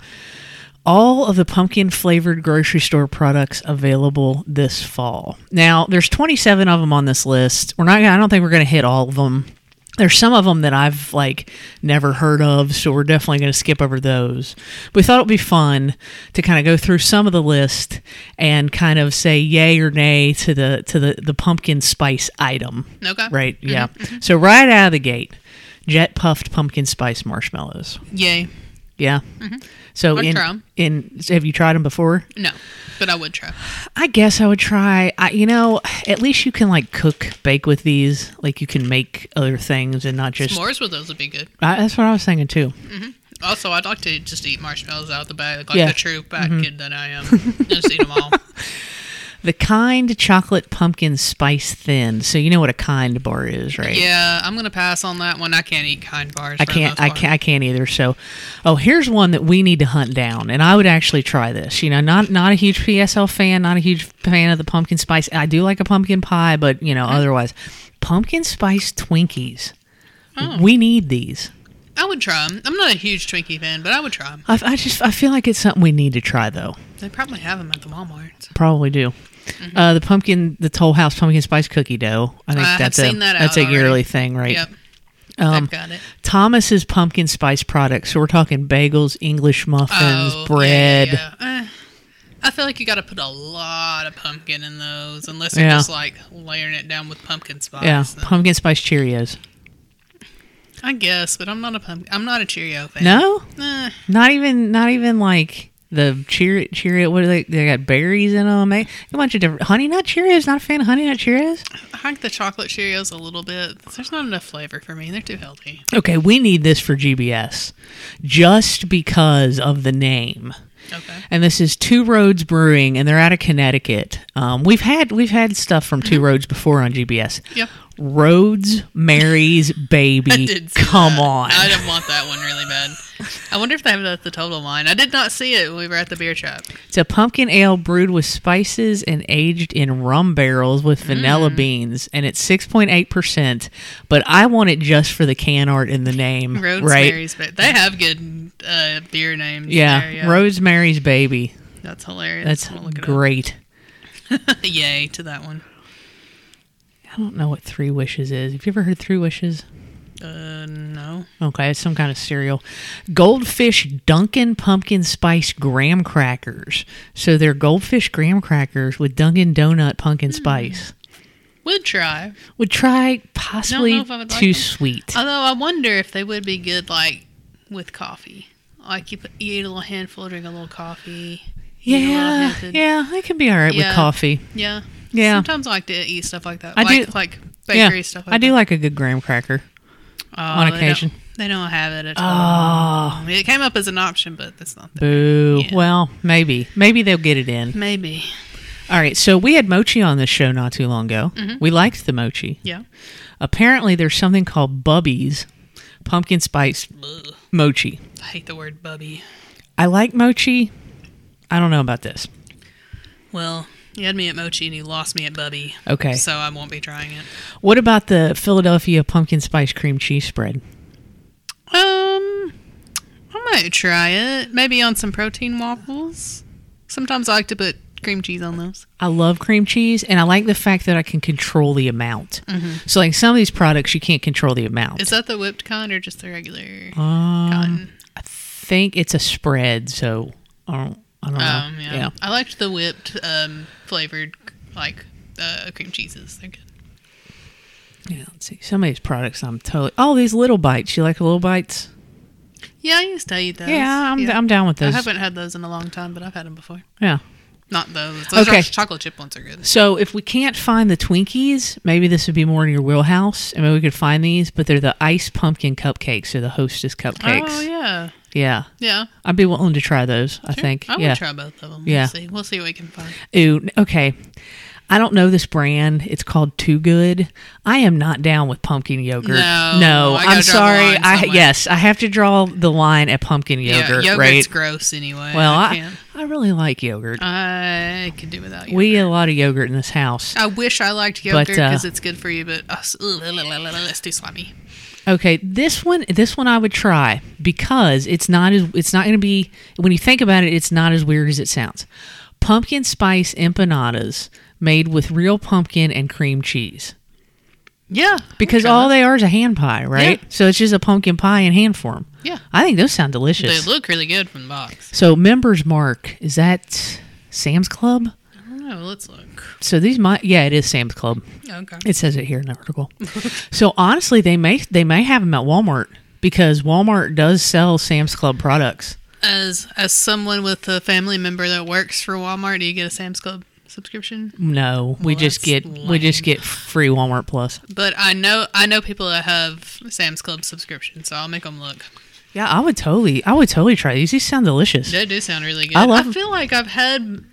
[SPEAKER 2] All of the pumpkin flavored grocery store products available this fall. Now, there's 27 of them on this list. We're not. gonna- I don't think we're going to hit all of them. There's some of them that I've like never heard of, so we're definitely going to skip over those. But we thought it would be fun to kind of go through some of the list and kind of say yay or nay to the to the the pumpkin spice item.
[SPEAKER 1] Okay.
[SPEAKER 2] Right? Yeah. So right out of the gate, jet puffed pumpkin spice marshmallows.
[SPEAKER 1] Yay.
[SPEAKER 2] Yeah. So
[SPEAKER 1] I'd
[SPEAKER 2] in,
[SPEAKER 1] Mm-hmm. try 'em.
[SPEAKER 2] in have you tried them before?
[SPEAKER 1] No, but I would try.
[SPEAKER 2] I guess I would try. I, you know, at least you can like cook, bake with these. Like you can make other things and not just.
[SPEAKER 1] S'mores with those would be good.
[SPEAKER 2] I, that's what I was thinking too.
[SPEAKER 1] Also, I'd like to just eat marshmallows out the bag, like
[SPEAKER 2] Yeah. Mm-hmm.
[SPEAKER 1] the true fat kid that I am. [laughs] just eat them
[SPEAKER 2] [laughs]
[SPEAKER 1] all.
[SPEAKER 2] The kind chocolate pumpkin spice thin. So you know what a kind bar is, right?
[SPEAKER 1] Yeah, I'm gonna pass on that one. I can't eat kind bars.
[SPEAKER 2] I
[SPEAKER 1] for the
[SPEAKER 2] can't.
[SPEAKER 1] most
[SPEAKER 2] I
[SPEAKER 1] part.
[SPEAKER 2] can't. I can't either. So, oh, here's one that we need to hunt down, and I would actually try this. You know, not not a huge PSL fan, not a huge fan of the pumpkin spice. I do like a pumpkin pie, but you know, otherwise, pumpkin spice Twinkies.
[SPEAKER 1] Oh.
[SPEAKER 2] We need these.
[SPEAKER 1] I would try them. I'm not a huge Twinkie fan, but I would try them.
[SPEAKER 2] I, I just I feel like it's something we need to try though.
[SPEAKER 1] They probably have them at the Walmart.
[SPEAKER 2] Probably do. Uh, the pumpkin, the Toll House pumpkin spice cookie dough. I
[SPEAKER 1] Mm-hmm.
[SPEAKER 2] think
[SPEAKER 1] I have
[SPEAKER 2] that's a
[SPEAKER 1] seen that
[SPEAKER 2] that's a
[SPEAKER 1] out already.
[SPEAKER 2] yearly thing, right?
[SPEAKER 1] Yep,
[SPEAKER 2] Um,
[SPEAKER 1] I've got it.
[SPEAKER 2] Thomas's pumpkin spice products. So we're talking bagels, English muffins,
[SPEAKER 1] Oh, yeah, yeah,
[SPEAKER 2] bread.
[SPEAKER 1] yeah. Eh, I feel like you got to put a lot of pumpkin in those, unless you're
[SPEAKER 2] Yeah.
[SPEAKER 1] just like layering it down with pumpkin spice.
[SPEAKER 2] Yeah,
[SPEAKER 1] Then-
[SPEAKER 2] pumpkin spice Cheerios.
[SPEAKER 1] I guess, but I'm not a pumpkin. I'm not a Cheerio fan.
[SPEAKER 2] No,
[SPEAKER 1] Eh,
[SPEAKER 2] not even, not even like the Cheer Cheerio. What are they? They got berries in them. They, a bunch of different Honey Nut Cheerios. Not a fan of Honey Nut Cheerios.
[SPEAKER 1] I like the chocolate Cheerios a little bit. There's not enough flavor for me. They're too healthy.
[SPEAKER 2] Okay, we need this for GBS, just because of the name.
[SPEAKER 1] Okay.
[SPEAKER 2] And this is Two Roads Brewing, and they're out of Connecticut. Um, we've had we've had stuff from Two Roads before on GBS.
[SPEAKER 1] Yep.
[SPEAKER 2] Rhodes [laughs] Mary's
[SPEAKER 1] I
[SPEAKER 2] baby.
[SPEAKER 1] did see
[SPEAKER 2] Come
[SPEAKER 1] that.
[SPEAKER 2] on.
[SPEAKER 1] I didn't want that one really bad. I wonder if they have that at the total line. I did not see it when we were at the beer trap.
[SPEAKER 2] It's a pumpkin ale brewed with spices and aged in rum barrels with vanilla
[SPEAKER 1] Mm.
[SPEAKER 2] beans, and it's 6.8%. But I want it just for the can art and the name. right?
[SPEAKER 1] Rosemary's, but they have good uh, beer names.
[SPEAKER 2] Yeah.
[SPEAKER 1] there, yeah.
[SPEAKER 2] Rosemary's Baby.
[SPEAKER 1] that's hilarious.
[SPEAKER 2] That's
[SPEAKER 1] I'm gonna look it up.
[SPEAKER 2] great.
[SPEAKER 1] [laughs] Yay to that one.
[SPEAKER 2] I don't know what Three Wishes is. Have you ever heard Three Wishes?
[SPEAKER 1] Uh, no.
[SPEAKER 2] Okay, it's some kind of cereal. Goldfish Dunkin' Pumpkin Spice Graham Crackers. So they're goldfish graham crackers with Dunkin' Donut pumpkin
[SPEAKER 1] Hmm.
[SPEAKER 2] spice.
[SPEAKER 1] Would try.
[SPEAKER 2] Would try possibly
[SPEAKER 1] if I would like
[SPEAKER 2] too
[SPEAKER 1] them.
[SPEAKER 2] sweet.
[SPEAKER 1] Although I wonder if they would be good like with coffee. Like you, put, you eat a little handful, drink a little coffee. eat a little
[SPEAKER 2] yeah,
[SPEAKER 1] handful.
[SPEAKER 2] yeah, it can be all right
[SPEAKER 1] Yeah.
[SPEAKER 2] with coffee.
[SPEAKER 1] yeah,
[SPEAKER 2] Yeah.
[SPEAKER 1] Sometimes I like to eat stuff like that.
[SPEAKER 2] I
[SPEAKER 1] like,
[SPEAKER 2] do-
[SPEAKER 1] like bakery
[SPEAKER 2] yeah,
[SPEAKER 1] stuff. Like
[SPEAKER 2] I do
[SPEAKER 1] that.
[SPEAKER 2] like a good graham cracker.
[SPEAKER 1] Oh,
[SPEAKER 2] on
[SPEAKER 1] they
[SPEAKER 2] occasion.
[SPEAKER 1] Don't, they don't have it at all.
[SPEAKER 2] Oh,
[SPEAKER 1] I mean, it came up as an option, but that's not. There.
[SPEAKER 2] boo.
[SPEAKER 1] Yeah.
[SPEAKER 2] Well, maybe, maybe they'll get it in.
[SPEAKER 1] Maybe.
[SPEAKER 2] All right, so we had mochi on this show not too long ago.
[SPEAKER 1] Mm-hmm.
[SPEAKER 2] We liked the mochi.
[SPEAKER 1] Yeah.
[SPEAKER 2] Apparently, there's something called Bubby's pumpkin spice
[SPEAKER 1] Ugh.
[SPEAKER 2] mochi.
[SPEAKER 1] I hate the word bubby.
[SPEAKER 2] I like mochi. I don't know about this.
[SPEAKER 1] Well, you had me at mochi and you lost me at bubby.
[SPEAKER 2] Okay.
[SPEAKER 1] So I won't be trying it.
[SPEAKER 2] What about the Philadelphia pumpkin spice cream cheese spread?
[SPEAKER 1] Um, I might try it. Maybe on some protein waffles. Sometimes I like to put cream cheese on those.
[SPEAKER 2] I love cream cheese, and I like the fact that I can control the amount.
[SPEAKER 1] Mm-hmm.
[SPEAKER 2] So, like some of these products, you can't control the amount.
[SPEAKER 1] Is that the whipped kind or just the regular
[SPEAKER 2] um,
[SPEAKER 1] cotton?
[SPEAKER 2] I think it's a spread, so I don't. I don't know.
[SPEAKER 1] Um, yeah. I liked the whipped um, flavored like uh, cream cheeses. They're good.
[SPEAKER 2] Yeah, let's see. Some of these products I'm totally. Oh, these little bites. You like little bites?
[SPEAKER 1] Yeah, I used to eat those.
[SPEAKER 2] Yeah, I'm, I'm down with
[SPEAKER 1] I
[SPEAKER 2] those.
[SPEAKER 1] haven't had those in a long time, but I've had them before.
[SPEAKER 2] yeah.
[SPEAKER 1] Not those. Those
[SPEAKER 2] Okay.
[SPEAKER 1] are, chocolate chip ones are good.
[SPEAKER 2] So if we can't find the Twinkies, maybe this would be more in your wheelhouse. I mean, we could find these, but they're the ice pumpkin cupcakes or the Hostess cupcakes.
[SPEAKER 1] Oh yeah,
[SPEAKER 2] Yeah.
[SPEAKER 1] yeah.
[SPEAKER 2] I'd be willing to try those. I
[SPEAKER 1] Sure.
[SPEAKER 2] think.
[SPEAKER 1] I would
[SPEAKER 2] yeah.
[SPEAKER 1] try both of them.
[SPEAKER 2] Yeah.
[SPEAKER 1] We'll see. We'll see what we can find.
[SPEAKER 2] Ooh, n- okay. I don't know this brand. It's called Too Good. I am not down with pumpkin yogurt.
[SPEAKER 1] No, I gotta
[SPEAKER 2] I'm
[SPEAKER 1] draw the
[SPEAKER 2] sorry.
[SPEAKER 1] line
[SPEAKER 2] I
[SPEAKER 1] somewhere.
[SPEAKER 2] yes, I have to draw the line at pumpkin yogurt.
[SPEAKER 1] yeah,
[SPEAKER 2] right?
[SPEAKER 1] yogurt's gross anyway.
[SPEAKER 2] Well,
[SPEAKER 1] I,
[SPEAKER 2] I,
[SPEAKER 1] can't.
[SPEAKER 2] I really like yogurt.
[SPEAKER 1] I could do without yogurt. Uh,
[SPEAKER 2] we eat a lot of yogurt in this house.
[SPEAKER 1] I wish I liked yogurt
[SPEAKER 2] uh,
[SPEAKER 1] because it's good for you, but uh, it's too slimy.
[SPEAKER 2] Okay, this one this one I would try because it's not as it's not going to be when you think about it it's not as weird as it sounds. Pumpkin spice empanadas made with real pumpkin and cream cheese.
[SPEAKER 1] Yeah,
[SPEAKER 2] Because all they are is a hand pie, right?
[SPEAKER 1] Yeah.
[SPEAKER 2] So it's just a pumpkin pie in hand form.
[SPEAKER 1] yeah,
[SPEAKER 2] I think those sound
[SPEAKER 1] they
[SPEAKER 2] delicious.
[SPEAKER 1] look really good from the box.
[SPEAKER 2] so members mark is that Sam's Club?
[SPEAKER 1] I don't know. Let's look.
[SPEAKER 2] So these might yeah, it is Sam's Club.
[SPEAKER 1] Okay.
[SPEAKER 2] It says it here in the
[SPEAKER 1] [laughs]
[SPEAKER 2] article. so honestly, they may they may have them at Walmart because Walmart does sell Sam's Club products.
[SPEAKER 1] As as someone with a family member that works for Walmart, do you get a Sam's Club subscription?
[SPEAKER 2] No, we
[SPEAKER 1] Well,
[SPEAKER 2] just
[SPEAKER 1] that's
[SPEAKER 2] get we just
[SPEAKER 1] lame.
[SPEAKER 2] get free Walmart Plus.
[SPEAKER 1] But I know I know people that have Sam's Club subscription, so I'll make them look.
[SPEAKER 2] Yeah, I would totally I would totally try these. These sound delicious.
[SPEAKER 1] They do sound really good.
[SPEAKER 2] I
[SPEAKER 1] I,
[SPEAKER 2] love 'em.
[SPEAKER 1] feel like I've had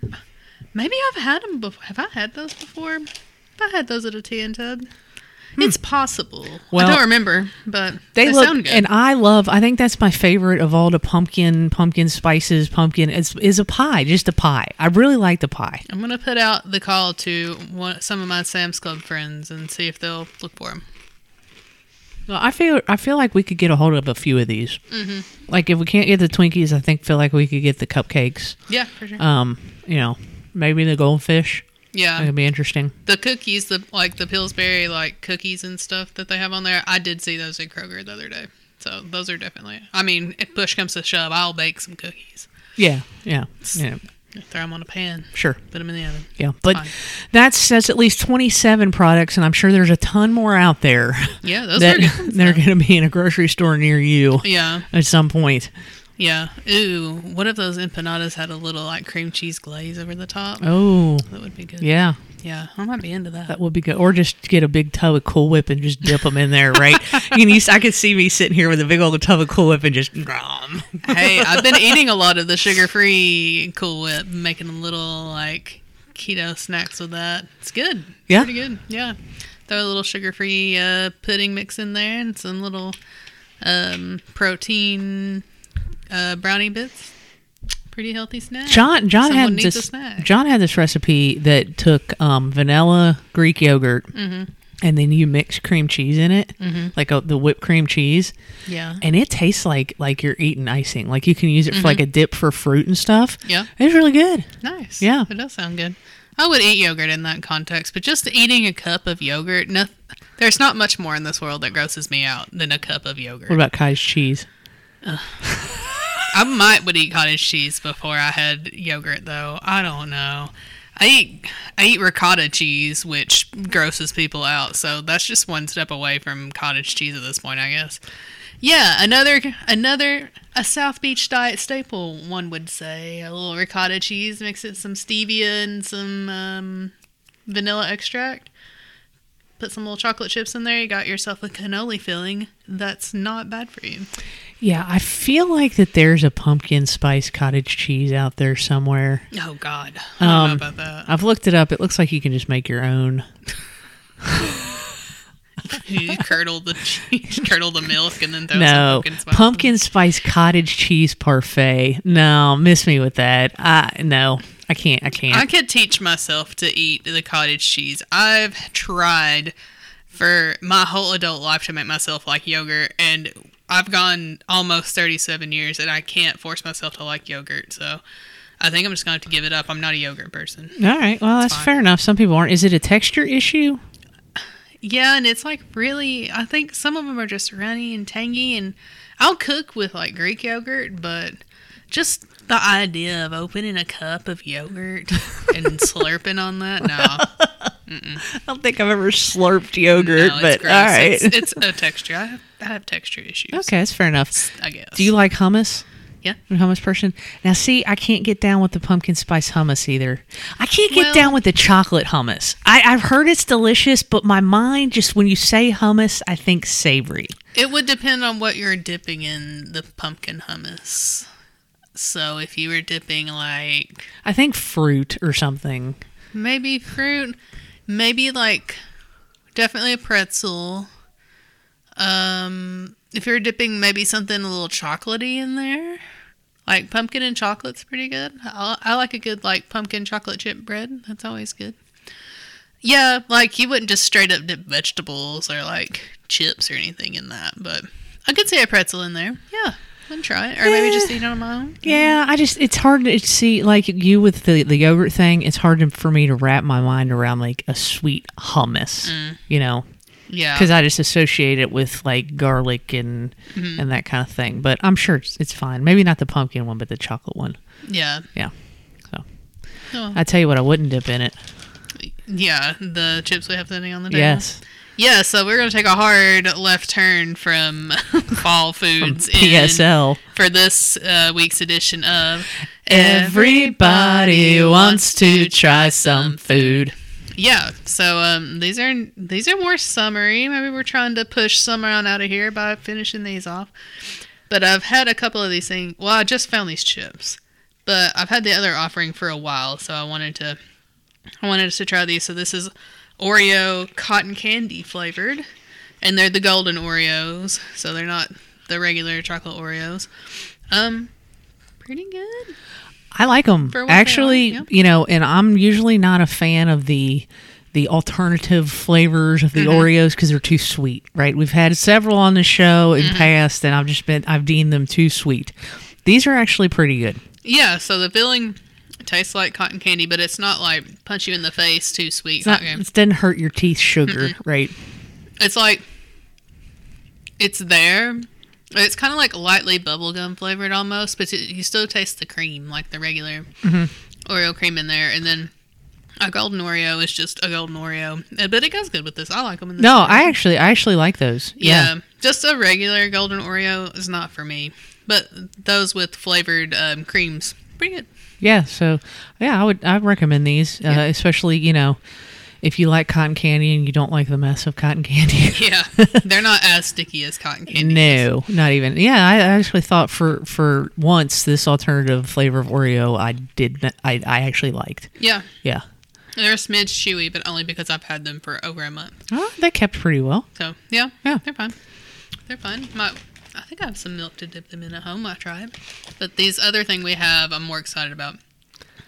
[SPEAKER 1] maybe I've had them before. Have I had those before? Have I had those at a tea and tub? It's possible.
[SPEAKER 2] Hmm. Well,
[SPEAKER 1] I don't remember, but
[SPEAKER 2] They,
[SPEAKER 1] they,
[SPEAKER 2] look
[SPEAKER 1] sound good.
[SPEAKER 2] and I love. I think that's my favorite of all the pumpkin pumpkin spices pumpkin is is a pie, just a pie. I really like the pie.
[SPEAKER 1] I'm gonna put out the call to one, some of my Sam's Club friends and see if they'll look for them.
[SPEAKER 2] Well, I feel I feel like we could get a hold of a few of these. Mm-hmm. Like if we can't get the Twinkies, I think feel like we could get the cupcakes.
[SPEAKER 1] Yeah, for sure.
[SPEAKER 2] um, you know, maybe the goldfish.
[SPEAKER 1] yeah,
[SPEAKER 2] It'd be interesting.
[SPEAKER 1] the cookies, the like the Pillsbury like cookies and stuff that they have on there. I did see those at Kroger the other day. So those are definitely. I mean, if push comes to shove, I'll bake some cookies.
[SPEAKER 2] Yeah, yeah, yeah.
[SPEAKER 1] Throw them on a pan,
[SPEAKER 2] Sure.
[SPEAKER 1] put them in the oven.
[SPEAKER 2] Yeah, but
[SPEAKER 1] Fine.
[SPEAKER 2] that's that's at least twenty seven products, and I'm sure there's a ton more out there
[SPEAKER 1] Yeah, those
[SPEAKER 2] that
[SPEAKER 1] are good. ones,
[SPEAKER 2] [laughs] they're
[SPEAKER 1] though.
[SPEAKER 2] going to be in a grocery store near you
[SPEAKER 1] Yeah,
[SPEAKER 2] at some point.
[SPEAKER 1] yeah. Ooh, what if those empanadas had a little like cream cheese glaze over the top?
[SPEAKER 2] Oh,
[SPEAKER 1] That would be good.
[SPEAKER 2] yeah,
[SPEAKER 1] yeah. I might be into that.
[SPEAKER 2] that would be good. Or just get a big tub of Cool Whip and just dip them in there, [laughs] right? you know, I could see me sitting here with a big old tub of Cool Whip and just. nom.
[SPEAKER 1] hey, I've
[SPEAKER 2] [laughs]
[SPEAKER 1] been eating a lot of the sugar-free Cool Whip, making a little like keto snacks with that. It's good. It's
[SPEAKER 2] Yeah?
[SPEAKER 1] pretty good. Yeah, throw a little sugar-free uh, pudding mix in there and some little um, protein uh, brownie bits. Pretty healthy snack.
[SPEAKER 2] John John
[SPEAKER 1] Someone
[SPEAKER 2] had
[SPEAKER 1] needs a
[SPEAKER 2] this
[SPEAKER 1] snack.
[SPEAKER 2] John had this recipe that took um, vanilla Greek yogurt
[SPEAKER 1] Mm-hmm.
[SPEAKER 2] and then you mix cream cheese in it like uh, the whipped cream cheese
[SPEAKER 1] yeah,
[SPEAKER 2] and it tastes like like you're eating icing like you can use it for like a dip for fruit and stuff
[SPEAKER 1] Mm-hmm. Yeah.
[SPEAKER 2] it's really good
[SPEAKER 1] nice.
[SPEAKER 2] Yeah.
[SPEAKER 1] it does sound good. I would eat yogurt in that context, but just eating a cup of yogurt, no, there's not much more in this world that grosses me out than a cup of yogurt.
[SPEAKER 2] what about cottage cheese
[SPEAKER 1] I might would eat cottage cheese before I had yogurt though. I don't know. I eat I eat ricotta cheese, which grosses people out. So that's just one step away from cottage cheese at this point, I guess. Yeah, another another a South Beach diet staple, one would say. A little ricotta cheese, mix it some stevia and some um, vanilla extract. Put some little chocolate chips in there. You got yourself a cannoli filling. That's not bad for you.
[SPEAKER 2] yeah I feel like that there's a pumpkin spice cottage cheese out there somewhere
[SPEAKER 1] Oh God, I don't
[SPEAKER 2] Um,
[SPEAKER 1] know about that.
[SPEAKER 2] I've looked it up it looks like you can just make your own [laughs]
[SPEAKER 1] you curdle the cheese, curdle the milk, and then throw
[SPEAKER 2] no
[SPEAKER 1] some pumpkin spice.
[SPEAKER 2] pumpkin spice cottage cheese parfait no miss me with that I no I can't I can't
[SPEAKER 1] I could teach myself to eat the cottage cheese. I've tried for my whole adult life to make myself like yogurt, and I've gone almost 37 years, and I can't force myself to like yogurt. So I think I'm just going to have to give it up. I'm not a yogurt person.
[SPEAKER 2] All right. Well, that's fair enough. Some people aren't. Is it a texture issue?
[SPEAKER 1] Yeah, and it's like really, I think some of them are just runny and tangy. And I'll cook with like Greek yogurt, but just the
[SPEAKER 2] [laughs]
[SPEAKER 1] idea of opening a cup of yogurt and slurping on that, no.
[SPEAKER 2] I don't think I've ever slurped yogurt,
[SPEAKER 1] No,
[SPEAKER 2] but
[SPEAKER 1] it's gross.
[SPEAKER 2] all right.
[SPEAKER 1] It's, it's a texture. I have, I have texture issues.
[SPEAKER 2] okay, that's fair enough.
[SPEAKER 1] I guess.
[SPEAKER 2] Do you like hummus?
[SPEAKER 1] Yeah.
[SPEAKER 2] I'm a hummus person. Now, see, I can't get down with the pumpkin spice hummus either. I can't get
[SPEAKER 1] Well-
[SPEAKER 2] down with the chocolate hummus. I, I've heard it's delicious, but my mind just when you say hummus, I think savory.
[SPEAKER 1] It would depend on what you're dipping in the pumpkin hummus. So if you were dipping like
[SPEAKER 2] I think fruit or something.
[SPEAKER 1] maybe fruit, maybe like definitely a pretzel. Um, if you're dipping maybe something a little chocolatey in there, like pumpkin and chocolate's pretty good. I, I like a good like pumpkin chocolate chip bread. That's always good. Yeah, like you wouldn't just straight up dip vegetables or like chips or anything in that, but I could see a pretzel in there. Yeah, and try it, or maybe just eat it on my own.
[SPEAKER 2] Yeah, I just it's hard to see like you with the the yogurt thing. It's hard for me to wrap my mind around like a sweet hummus, you know,
[SPEAKER 1] Yeah,
[SPEAKER 2] because I just associate it with like garlic and and that kind of thing. But I'm sure it's, it's fine. Maybe not the pumpkin one, but the chocolate one.
[SPEAKER 1] yeah.
[SPEAKER 2] Yeah. So
[SPEAKER 1] Oh.
[SPEAKER 2] I tell you what, I wouldn't dip in it.
[SPEAKER 1] Yeah, the chips we have sitting on the table.
[SPEAKER 2] Yes. [laughs]
[SPEAKER 1] Yeah, so we're gonna take a hard left turn from [laughs] fall foods in
[SPEAKER 2] PSL.
[SPEAKER 1] for this uh, week's edition of
[SPEAKER 2] try some food.
[SPEAKER 1] Yeah, so um, these are these are more summery. Maybe we're trying to push summer on out of here by finishing these off. But I've had a couple of these things. Well, I just found these chips, but I've had the other offering for a while, so I wanted to I wanted us to try these. So this is Oreo cotton candy flavored, and they're the golden Oreos, so they're not the regular chocolate Oreos. Um, pretty good.
[SPEAKER 2] I like them
[SPEAKER 1] For what they are,
[SPEAKER 2] actually.
[SPEAKER 1] yeah.
[SPEAKER 2] You know, and I'm usually not a fan of the the alternative flavors of the
[SPEAKER 1] Mm-hmm.
[SPEAKER 2] Oreos because they're too sweet. Right? We've had several on the show in
[SPEAKER 1] Mm-hmm.
[SPEAKER 2] past, and I've just been I've deemed them too sweet. These are actually pretty good.
[SPEAKER 1] Yeah, so the filling tastes like cotton candy, but it's not like punch you in the face too sweet.
[SPEAKER 2] It's not,
[SPEAKER 1] Okay.
[SPEAKER 2] It doesn't hurt your teeth, sugar, right?
[SPEAKER 1] It's like it's there. It's kind of like lightly bubblegum flavored almost, but you- you still taste the cream, like the regular
[SPEAKER 2] Mm-hmm.
[SPEAKER 1] Oreo cream in there. And then a golden Oreo is just a golden Oreo, Uh, but it goes good with this. I like them. In this
[SPEAKER 2] No,
[SPEAKER 1] flavor.
[SPEAKER 2] I actually I actually like those.
[SPEAKER 1] yeah. just a regular golden Oreo is not for me, but those with flavored um, creams, pretty good. [laughs]
[SPEAKER 2] Yeah, so yeah, I would I recommend these, uh, especially you know if you like cotton candy and you don't like the mess of cotton candy. [laughs]
[SPEAKER 1] Yeah, they're not as sticky as cotton candy.
[SPEAKER 2] no, not even. Yeah, I actually thought for for once this alternative flavor of Oreo I did not, I I actually liked.
[SPEAKER 1] Yeah,
[SPEAKER 2] Yeah,
[SPEAKER 1] they're a smidge chewy, but only because I've had them for over a month.
[SPEAKER 2] oh, they kept pretty well.
[SPEAKER 1] So yeah,
[SPEAKER 2] Yeah.
[SPEAKER 1] they're fine. They're fine. My, I think I have some milk to dip them in at home. I tried, but these other thing we have, I'm more excited about.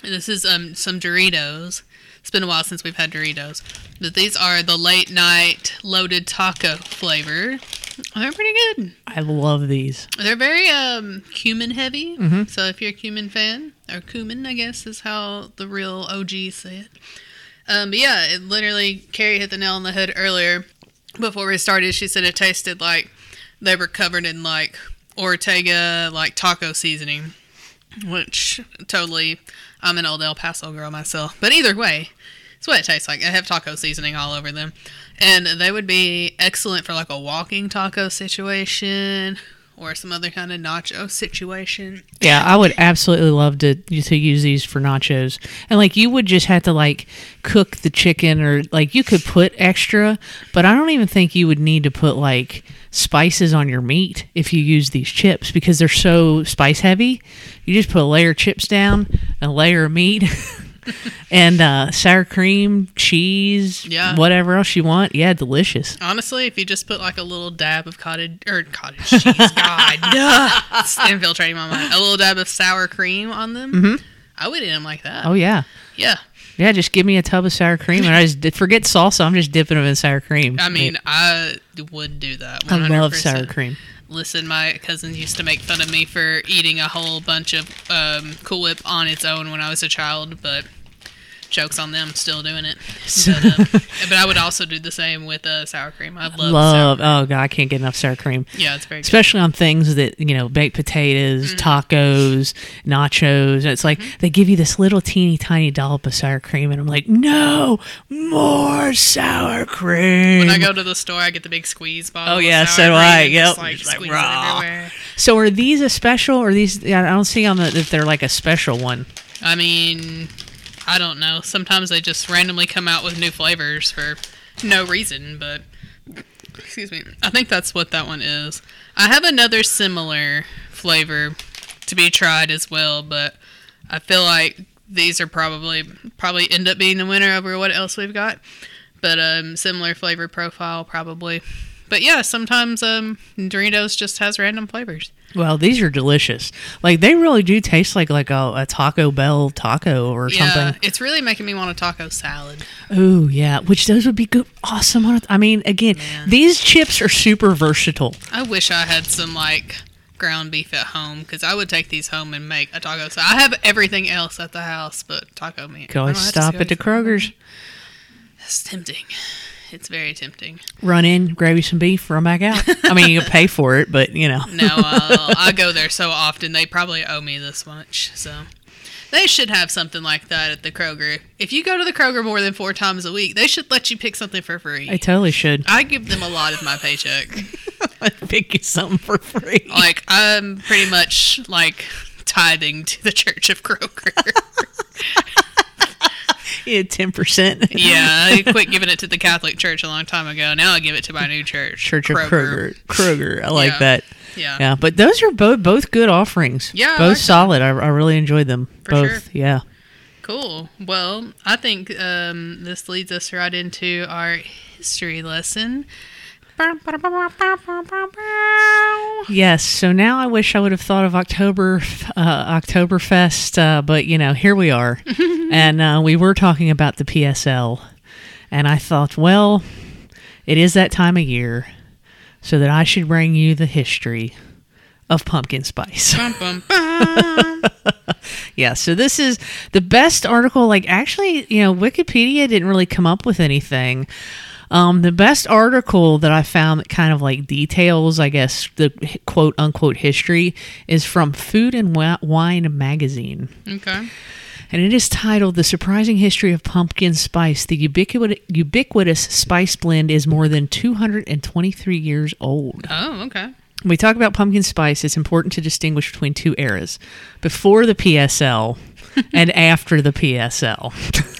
[SPEAKER 1] This is um some Doritos. It's been a while since we've had Doritos, but these are the late night loaded taco flavor. They're pretty good.
[SPEAKER 2] I love these.
[SPEAKER 1] They're very um cumin heavy. So if you're a cumin fan or cumin, I guess is how the real OG say it. Um, but yeah, it literally Carrie hit the nail on the head earlier before we started. She said it tasted like they were covered in like Ortega like taco seasoning, which totally. I'm an old El Paso girl myself, but either way, it's what it tastes like. I have taco seasoning all over them. And they would be excellent for like a walking taco situation or some other kind of nacho situation.
[SPEAKER 2] Yeah, I would absolutely love to to use these for nachos. And like you would just have to like cook the chicken or like you could put extra, but I don't even think you would need to put like spices on your meat if you use these chips because they're so spice heavy. You just put a layer of chips down, a layer of meat [laughs] and uh, sour cream, cheese,
[SPEAKER 1] Yeah.
[SPEAKER 2] whatever else you want. Yeah, delicious.
[SPEAKER 1] Honestly, if you just put like a little dab of cottage or cottage
[SPEAKER 2] [laughs]
[SPEAKER 1] cheese, God, no, it's infiltrating my mind. A little dab of sour cream on them,
[SPEAKER 2] Mm-hmm.
[SPEAKER 1] I would eat them like that.
[SPEAKER 2] Oh yeah.
[SPEAKER 1] Yeah,
[SPEAKER 2] Yeah, just give me a tub of sour cream and I just forget salsa. I'm just dipping them in sour cream.
[SPEAKER 1] I mean, I would do that. 100%.
[SPEAKER 2] I love sour cream.
[SPEAKER 1] Listen, my cousins used to make fun of me for eating a whole bunch of um, Cool Whip on its own when I was a child, but Jokes on them, still doing it. But,
[SPEAKER 2] [laughs]
[SPEAKER 1] um, but I would also do the same with uh, sour cream. I love,
[SPEAKER 2] Love.
[SPEAKER 1] sour
[SPEAKER 2] Oh god, I can't get enough sour cream.
[SPEAKER 1] cream. Yeah, it's very good.
[SPEAKER 2] Especially on things that you know, baked potatoes,
[SPEAKER 1] Mm-hmm.
[SPEAKER 2] tacos, nachos. It's like they give you this little teeny tiny dollop of sour cream, and I'm like, no more sour cream.
[SPEAKER 1] When I go to the store, I get the big squeeze bottle.
[SPEAKER 2] Oh,
[SPEAKER 1] of
[SPEAKER 2] yeah,
[SPEAKER 1] sour
[SPEAKER 2] so do
[SPEAKER 1] cream
[SPEAKER 2] I,
[SPEAKER 1] and
[SPEAKER 2] yep.
[SPEAKER 1] just, like,
[SPEAKER 2] Just like,
[SPEAKER 1] squeeze it
[SPEAKER 2] raw.
[SPEAKER 1] everywhere.
[SPEAKER 2] so are these a special? Or these? I don't see on the if they're like a special one.
[SPEAKER 1] I mean, I don't know. Sometimes they just randomly come out with new flavors for no reason, but excuse me. I think that's what that one is. I have another similar flavor to be tried as well, but I feel like these are probably probably end up being the winner over what else we've got. But um similar flavor profile probably. But yeah, sometimes um Doritos just has random flavors.
[SPEAKER 2] Well, these are delicious. Like they really do taste like like a, a Taco Bell taco or
[SPEAKER 1] Yeah,
[SPEAKER 2] something.
[SPEAKER 1] it's really making me want a taco salad.
[SPEAKER 2] Oh yeah, which those would be good, awesome. on a- I mean, again, these chips are super versatile.
[SPEAKER 1] I wish I had some like ground beef at home because I would take these home and make a taco. So I have everything else at the house but taco meat.
[SPEAKER 2] Go
[SPEAKER 1] I
[SPEAKER 2] and
[SPEAKER 1] don't have to
[SPEAKER 2] stop
[SPEAKER 1] go
[SPEAKER 2] at the
[SPEAKER 1] to-
[SPEAKER 2] Kroger's,
[SPEAKER 1] It's tempting. It's very tempting.
[SPEAKER 2] run in, grab you some beef, run back out. I mean, you pay for it, but you know,
[SPEAKER 1] No, I'll, I go there so often they probably owe me this much. So they should have something like that at the Kroger. If you go to the Kroger more than four times a week, they should let you pick something for free.
[SPEAKER 2] I
[SPEAKER 1] [laughs]
[SPEAKER 2] totally should
[SPEAKER 1] I give them a lot of my paycheck.
[SPEAKER 2] pick you something for free.
[SPEAKER 1] like I'm pretty much like tithing to the [laughs] Church of Kroger.
[SPEAKER 2] [laughs] Yeah, ten percent.
[SPEAKER 1] [laughs] yeah, I quit giving it to the Catholic Church a long time ago. Now I give it to my new church,
[SPEAKER 2] Church of Kroger. Kroger, I like
[SPEAKER 1] Yeah.
[SPEAKER 2] that.
[SPEAKER 1] Yeah.
[SPEAKER 2] Yeah, but those are both both good offerings.
[SPEAKER 1] Yeah, I
[SPEAKER 2] both
[SPEAKER 1] like them.
[SPEAKER 2] solid. I, I really enjoyed them.
[SPEAKER 1] For
[SPEAKER 2] both,
[SPEAKER 1] sure.
[SPEAKER 2] yeah.
[SPEAKER 1] Cool. Well, I think um, this leads us right into our history lesson.
[SPEAKER 2] Yes. So now I wish I would have thought of October uh, Oktoberfest, uh, but you know, here we are, and uh, we were talking about the PSL, and I thought, well, it is that time of year, so that I should bring you the history of pumpkin spice.
[SPEAKER 1] Bum, bum, bum.
[SPEAKER 2] yeah. So this is the best article. Like actually, you know, Wikipedia didn't really come up with anything. Um, the best article that I found that kind of like details, I guess, the h- quote unquote history is from Food and Wi- Wine magazine
[SPEAKER 1] okay.
[SPEAKER 2] and it is titled "The Surprising History of Pumpkin Spice." The ubiquitous, ubiquitous spice blend is more than 223 years old.
[SPEAKER 1] Oh, okay.
[SPEAKER 2] When we talk about pumpkin spice, it's important to distinguish between two eras: before
[SPEAKER 1] [laughs]
[SPEAKER 2] the PSL and after the PSL.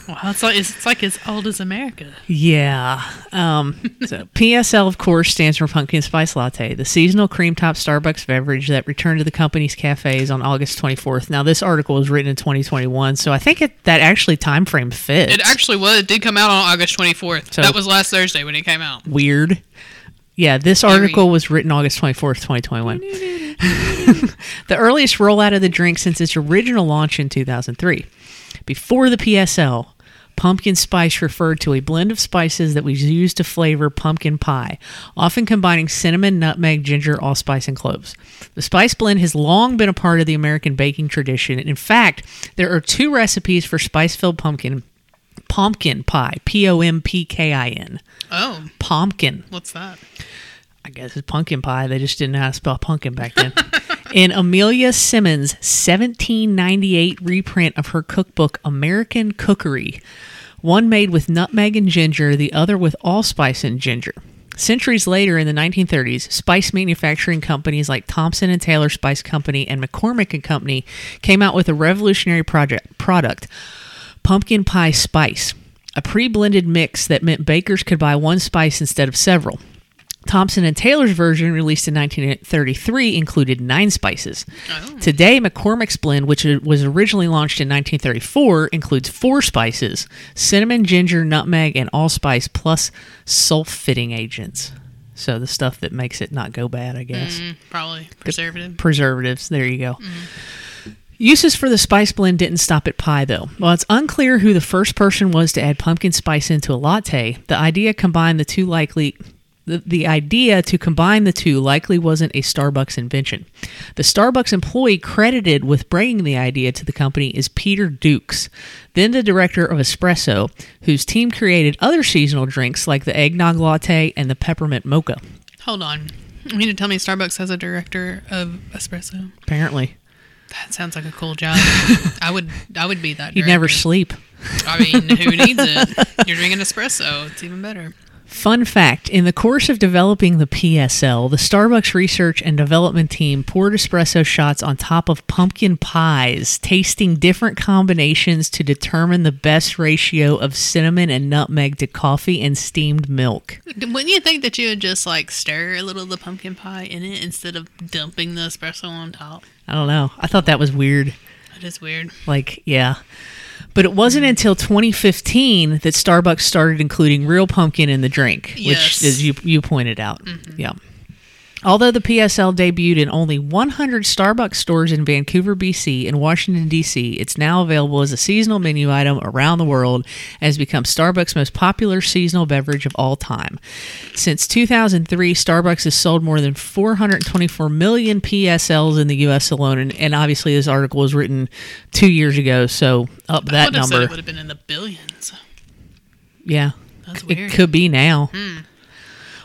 [SPEAKER 1] Wow, it's like it's, it's like as old as America.
[SPEAKER 2] Yeah. Um, so PSL, of course, stands for Pumpkin Spice Latte, the seasonal cream top Starbucks beverage that returned to the company's cafes on August 24th. Now, this article was written in 2021, so I think it, that actually time frame fits.
[SPEAKER 1] It actually was. It did come out on August 24th.
[SPEAKER 2] So-
[SPEAKER 1] that was last Thursday when it came out.
[SPEAKER 2] weird. Yeah, this article was written August 24th, 2021. the earliest rollout of the drink since its original launch in 2003. Before the PSL, pumpkin spice referred to a blend of spices that was used to flavor pumpkin pie, often combining cinnamon, nutmeg, ginger, allspice, and cloves. The spice blend has long been a part of the American baking tradition. In fact, there are two recipes for spice filled pumpkin. Pumpkin pie, P O M P K I N
[SPEAKER 1] Oh,
[SPEAKER 2] pumpkin.
[SPEAKER 1] what's that?
[SPEAKER 2] I guess it's pumpkin pie. They just didn't know how to spell pumpkin back then. In Amelia Simmons' 1798 reprint of her cookbook, American Cookery, one made with nutmeg and ginger, the other with allspice and ginger. Centuries later, in the 1930s, spice manufacturing companies like Thompson and Taylor Spice Company and McCormick and Company came out with a revolutionary project product pumpkin pie spice, a pre blended mix that meant bakers could buy one spice instead of several. Thompson and Taylor's version, released in 1933, included nine spices. Today, McCormick's blend, which was originally launched in 1934, includes four spices cinnamon, ginger, nutmeg, and allspice, plus sulfiting agents. So, the stuff that makes it not go bad, I guess
[SPEAKER 1] Mm, probably preservative.
[SPEAKER 2] preservatives. There you go. Uses for the spice blend didn't stop at pie, though. While it's unclear who the first person was to add pumpkin spice into a latte, the idea combined the two likely The, the idea to combine the two likely wasn't a Starbucks invention. The Starbucks employee credited with bringing the idea to the company is Peter Dukes, then the director of Espresso, whose team created other seasonal drinks like the eggnog latte and the peppermint mocha.
[SPEAKER 1] Hold on. You need to tell me Starbucks has a director of espresso.
[SPEAKER 2] Apparently,
[SPEAKER 1] That sounds like a cool
[SPEAKER 2] [laughs]
[SPEAKER 1] job. I would I would be that.
[SPEAKER 2] you'd never
[SPEAKER 1] director.
[SPEAKER 2] sleep.
[SPEAKER 1] I mean, who needs
[SPEAKER 2] [laughs]
[SPEAKER 1] it? You're drinking espresso. It's even better.
[SPEAKER 2] Fun fact In the course of developing the PSL, the Starbucks research and development team poured espresso shots on top of pumpkin pies, tasting different combinations to determine the best ratio of cinnamon and nutmeg to coffee and steamed milk.
[SPEAKER 1] Wouldn't you think that you would just like stir a little of the pumpkin pie in it instead of dumping the espresso on top?
[SPEAKER 2] I don't know. I thought that was weird.
[SPEAKER 1] That is weird.
[SPEAKER 2] Like, yeah. But it wasn't until 2015 that Starbucks started including real pumpkin in the drink,
[SPEAKER 1] Yes.
[SPEAKER 2] which, as you, you pointed out. Yeah. Although the PSL debuted in only 100 Starbucks stores in Vancouver, BC, and Washington, D.C., it's now available as a seasonal menu item around the world and has become Starbucks' most popular seasonal beverage of all time. Since 2003, Starbucks has sold more than 424 million PSLs in the U.S. alone, and, and obviously this article was written two years ago, so up
[SPEAKER 1] I
[SPEAKER 2] that
[SPEAKER 1] would have said
[SPEAKER 2] number.
[SPEAKER 1] it would have been in the billions.
[SPEAKER 2] Yeah.
[SPEAKER 1] That's
[SPEAKER 2] C-
[SPEAKER 1] weird. Hmm.
[SPEAKER 2] It could be now.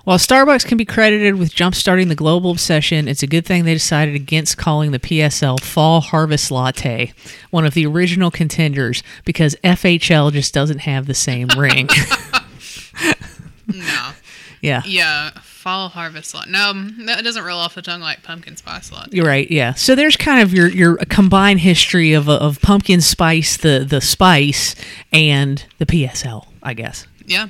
[SPEAKER 2] While Starbucks can be credited with jumpstarting the global obsession, it's a good thing they decided against calling the PSL Fall Harvest Latte, one of the original contenders, because FHL just doesn't have
[SPEAKER 1] [laughs]
[SPEAKER 2] the same ring. [laughs]
[SPEAKER 1] No.
[SPEAKER 2] Yeah.
[SPEAKER 1] Yeah, fall harvest lot. No, that doesn't roll off the tongue like pumpkin spice lot.
[SPEAKER 2] You're right. Yeah. So there's kind of your your combined history of of pumpkin spice, the the spice, and the PSL, I guess.
[SPEAKER 1] Yeah.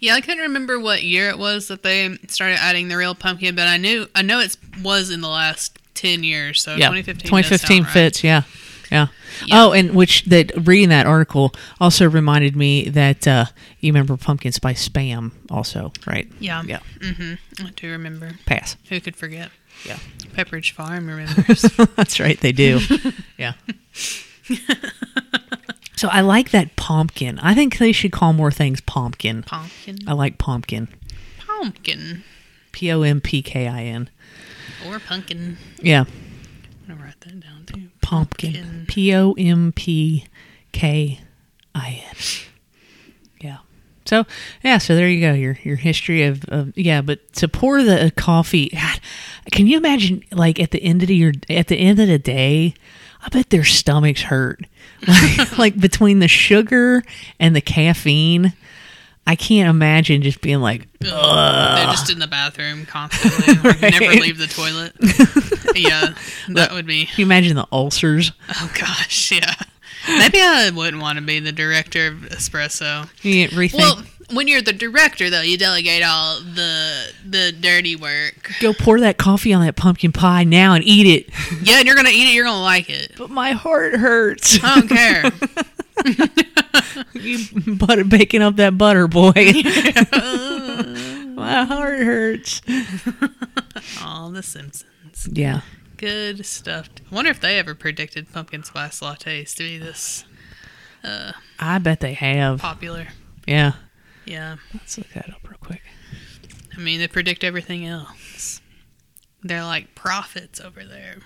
[SPEAKER 1] Yeah, I couldn't remember what year it was that they started adding the real pumpkin, but I knew I know it was in the last 10 years, so
[SPEAKER 2] yeah.
[SPEAKER 1] 2015.
[SPEAKER 2] 2015
[SPEAKER 1] 2015
[SPEAKER 2] fits, yeah. yeah.
[SPEAKER 1] Yeah.
[SPEAKER 2] Oh, and which that reading that article also reminded me that uh, you remember pumpkin spice spam also, right?
[SPEAKER 1] Yeah.
[SPEAKER 2] Yeah.
[SPEAKER 1] Mm-hmm. I do remember.
[SPEAKER 2] Pass.
[SPEAKER 1] Who could forget?
[SPEAKER 2] Yeah.
[SPEAKER 1] Pepperidge Farm remembers.
[SPEAKER 2] [laughs] That's right,
[SPEAKER 1] [laughs]
[SPEAKER 2] they do. yeah. so I like that pumpkin. I think they should call more things pumpkin.
[SPEAKER 1] pumpkin.
[SPEAKER 2] I like pumpkin.
[SPEAKER 1] Pumpkin.
[SPEAKER 2] P O M P K I N.
[SPEAKER 1] Or pumpkin.
[SPEAKER 2] Yeah.
[SPEAKER 1] I'm going to write that down too.
[SPEAKER 2] Pumpkin. P O M P K I N. Yeah. So yeah, so there you go. Your your history of, of yeah, but to pour the coffee. God, can you imagine? Like at the end of the, your at the end of the day, I bet their stomachs hurt. [laughs] Like, like between the sugar and the caffeine, I can't imagine just being like,
[SPEAKER 1] They're just in the bathroom constantly. like,
[SPEAKER 2] [laughs]
[SPEAKER 1] Never
[SPEAKER 2] Uh. Right.
[SPEAKER 1] leave the
[SPEAKER 2] [laughs]
[SPEAKER 1] toilet. yeah, that would be.
[SPEAKER 2] can you imagine the ulcers?
[SPEAKER 1] Oh gosh, yeah. Maybe I wouldn't want to be the director of espresso.
[SPEAKER 2] You can't rethink.
[SPEAKER 1] Well, when you're the director, though, you delegate all the the dirty work.
[SPEAKER 2] go pour that coffee on that pumpkin pie now and eat it.
[SPEAKER 1] Yeah, and you're gonna eat it. You're gonna like it.
[SPEAKER 2] But my heart hurts.
[SPEAKER 1] I don't care.
[SPEAKER 2] you [laughs] butter baking up that butter, [laughs] boy. my heart hurts.
[SPEAKER 1] [laughs] all the Simpsons.
[SPEAKER 2] Yeah.
[SPEAKER 1] Good stuff. I wonder if they ever predicted pumpkin spice lattes to be this
[SPEAKER 2] I bet they have.
[SPEAKER 1] popular.
[SPEAKER 2] Yeah.
[SPEAKER 1] Yeah.
[SPEAKER 2] Let's look that up real quick.
[SPEAKER 1] I mean, they predict everything else. They're like prophets over there.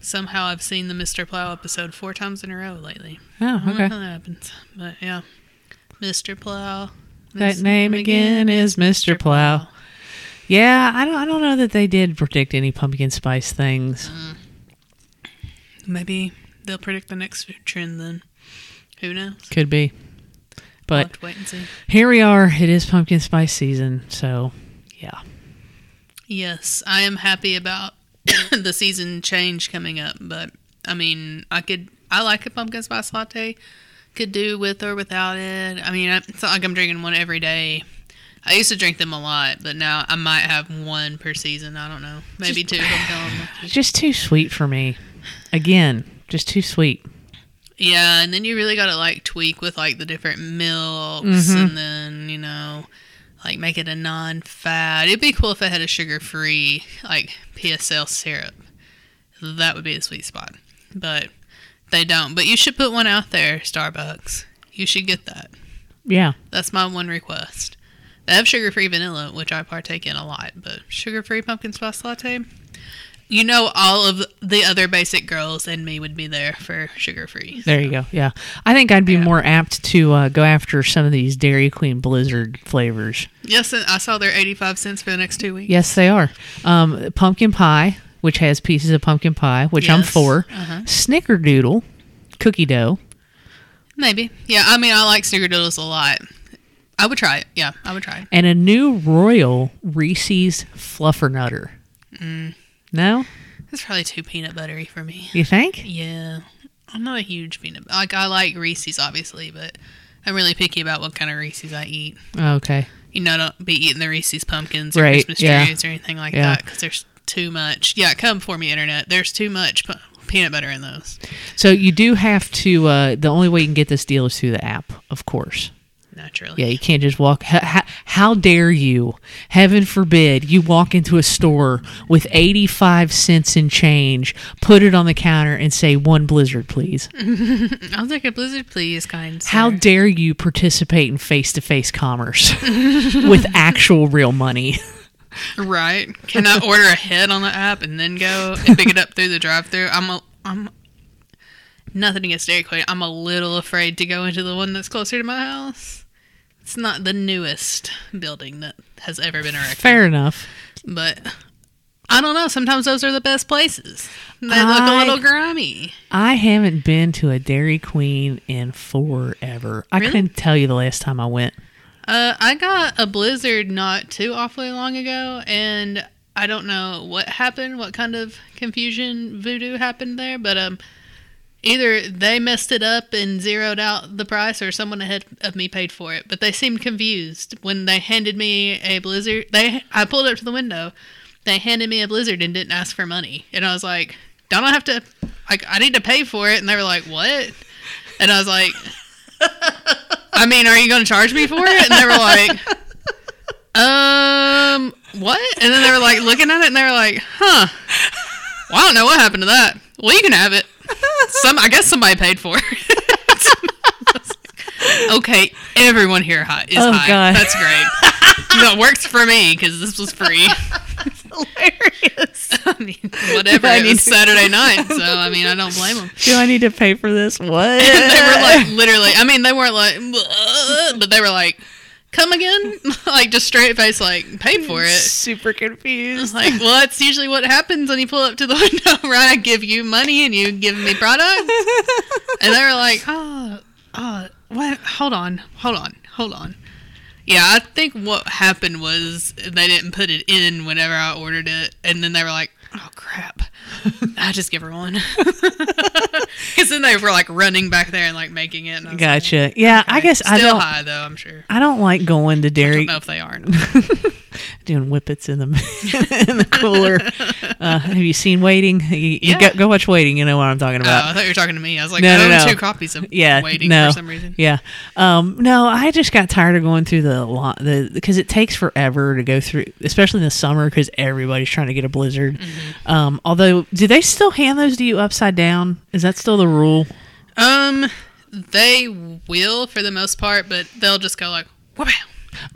[SPEAKER 1] Somehow I've seen the Mr. Plow episode four times in a row lately.
[SPEAKER 2] Oh,
[SPEAKER 1] I don't know
[SPEAKER 2] okay.
[SPEAKER 1] how that happens, but yeah. Mr. Plow.
[SPEAKER 2] That
[SPEAKER 1] Mr.
[SPEAKER 2] name again is Mr. Plow. Yeah, I don't I don't know that they did predict any pumpkin spice things.
[SPEAKER 1] Maybe they'll predict the next food trend then. Who knows?
[SPEAKER 2] Could be.
[SPEAKER 1] We'll
[SPEAKER 2] But
[SPEAKER 1] have to wait and see.
[SPEAKER 2] here we are. It is pumpkin spice season, so yeah.
[SPEAKER 1] Yes, I am happy about [coughs] the season change coming up, but I mean, I could I like a pumpkin spice latte. Could do with or without it. I mean, I- it's not like I'm drinking one every day. I used to drink them a lot, but now I might have one per season. I don't know, maybe two. if I'm feeling lucky.
[SPEAKER 2] Just too sweet for me. Again, just too sweet.
[SPEAKER 1] Yeah, and then you really gotta like tweak with like the different milks, and then you know, like make it a non-fat. It'd be cool if I had a sugar-free like PSL syrup. That would be the sweet spot, but they don't. But you should put one out there, Starbucks. You should get that.
[SPEAKER 2] Yeah.
[SPEAKER 1] That's my one request. I have sugar free vanilla, which I partake in a lot, but sugar free pumpkin spice latte. You know, all of the other basic girls and me would be there for sugar free.
[SPEAKER 2] There you go. Yeah, I think I'd be more apt to uh, go after some of these Dairy Queen Blizzard flavors.
[SPEAKER 1] Yes, and I saw they're 85 cents for the next two weeks.
[SPEAKER 2] Yes, they are. Um, pumpkin pie, which has pieces of pumpkin pie, which I'm
[SPEAKER 1] Yes.
[SPEAKER 2] for.
[SPEAKER 1] Uh-huh.
[SPEAKER 2] Snickerdoodle, cookie dough.
[SPEAKER 1] Maybe. Yeah, I mean, I like snickerdoodles a lot. I would try it. Yeah, I would try it.
[SPEAKER 2] and a new Royal Reese's Fluffernutter.
[SPEAKER 1] Mm.
[SPEAKER 2] No,
[SPEAKER 1] It's probably too peanut buttery for me.
[SPEAKER 2] you think?
[SPEAKER 1] Yeah, I'm not a huge peanut. Like I like Reese's, obviously, but I'm really picky about what kind of Reese's I eat.
[SPEAKER 2] Okay,
[SPEAKER 1] You know, I don't be eating the Reese's pumpkins or
[SPEAKER 2] Right,
[SPEAKER 1] Christmas
[SPEAKER 2] yeah.
[SPEAKER 1] trees or anything like
[SPEAKER 2] Yeah.
[SPEAKER 1] that 'cause that because there's too much. Yeah, come for me, internet. There's too much pu- peanut butter in those.
[SPEAKER 2] so you do have to. Uh, the only way you can get this deal is through the app, of course.
[SPEAKER 1] Naturally.
[SPEAKER 2] Yeah, you can't just walk. How, how, how dare you? Heaven forbid you walk into a store with eighty-five cents in change, put it on the counter, and say one Blizzard, please.
[SPEAKER 1] Mm-hmm. I'll take a blizzard, please, kind sir.
[SPEAKER 2] How dare you participate in face-to-face commerce [laughs] with actual real money?
[SPEAKER 1] right? Can I order a head on the app and then go and pick it up through the drive-through? I'm a I'm nothing against Dairy Queen. I'm a little afraid to go into the one that's closer to my house. It's not the newest building that has ever been erected,
[SPEAKER 2] Fair enough.
[SPEAKER 1] but I don't know. Sometimes those are the best places. They look a
[SPEAKER 2] I-
[SPEAKER 1] little grimy.
[SPEAKER 2] I haven't been to a Dairy Queen in forever. I
[SPEAKER 1] Really?
[SPEAKER 2] couldn't tell you the last time I went.
[SPEAKER 1] Uh, I got a blizzard not too awfully long ago, and I don't know what happened, what kind of confusion voodoo happened there, but um, either they messed it up and zeroed out the price, or someone ahead of me paid for it. But they seemed confused when they handed me a blizzard. They I pulled up to the window, they handed me a blizzard and didn't ask for money, and I was like, "Don't I have to? Like, I need to pay for it?" And they were like, "What?" And I was like. I mean, are you going to charge me for it? And they were like, um, what? And then they were like looking at it and they were like, huh. Well, I don't know what happened to that. Well, you can have it. Some, I guess somebody paid for it. [laughs] okay, everyone here hot is
[SPEAKER 2] Oh,
[SPEAKER 1] high.
[SPEAKER 2] God.
[SPEAKER 1] That's great. no, it works for me because this was
[SPEAKER 2] [laughs]
[SPEAKER 1] free.
[SPEAKER 2] Hilarious.
[SPEAKER 1] I mean, whatever.
[SPEAKER 2] I
[SPEAKER 1] it
[SPEAKER 2] need
[SPEAKER 1] was
[SPEAKER 2] to-
[SPEAKER 1] Saturday night, so I mean, I don't blame them.
[SPEAKER 2] [laughs] Do I need to pay for this?
[SPEAKER 1] [laughs]
[SPEAKER 2] What?
[SPEAKER 1] they were like literally i mean they weren't like "Bleh," but they were like come again [laughs] like just straight face like paid for it [laughs]
[SPEAKER 2] super confused.
[SPEAKER 1] like well that's usually what happens when you pull up to the [laughs] window right i give you money and you give me product and they were like oh oh what hold on hold on hold on yeah i think what happened was they didn't put it in whenever i ordered it and then they were like oh crap i just give her one [laughs] because then they were like running back there and like making it and I was
[SPEAKER 2] gotcha. Yeah, I guess
[SPEAKER 1] Still
[SPEAKER 2] I don't.
[SPEAKER 1] high though, I'm sure.
[SPEAKER 2] I don't like going to
[SPEAKER 1] I
[SPEAKER 2] Dairy
[SPEAKER 1] don't know if they
[SPEAKER 2] [laughs]
[SPEAKER 1] aren't.
[SPEAKER 2] doing whippets in the [laughs] in the cooler. Uh, have you seen Waiting? You, you
[SPEAKER 1] Yeah.
[SPEAKER 2] go, go watch Waiting. You know what I'm talking
[SPEAKER 1] Oh,
[SPEAKER 2] about.
[SPEAKER 1] I thought you were talking to me. I was like,
[SPEAKER 2] No,
[SPEAKER 1] I
[SPEAKER 2] no,
[SPEAKER 1] own
[SPEAKER 2] no.
[SPEAKER 1] two copies of
[SPEAKER 2] yeah,
[SPEAKER 1] waiting
[SPEAKER 2] no,
[SPEAKER 1] for some reason.
[SPEAKER 2] Yeah, um, no, I just got tired of going through the lot the because it takes forever to go through, especially in the summer because everybody's trying to get a blizzard.
[SPEAKER 1] Mm-hmm.
[SPEAKER 2] Um, although, do they still hand those to you upside down? Is that still the rule?
[SPEAKER 1] Um, they will for the most part, but they'll just go like, wow.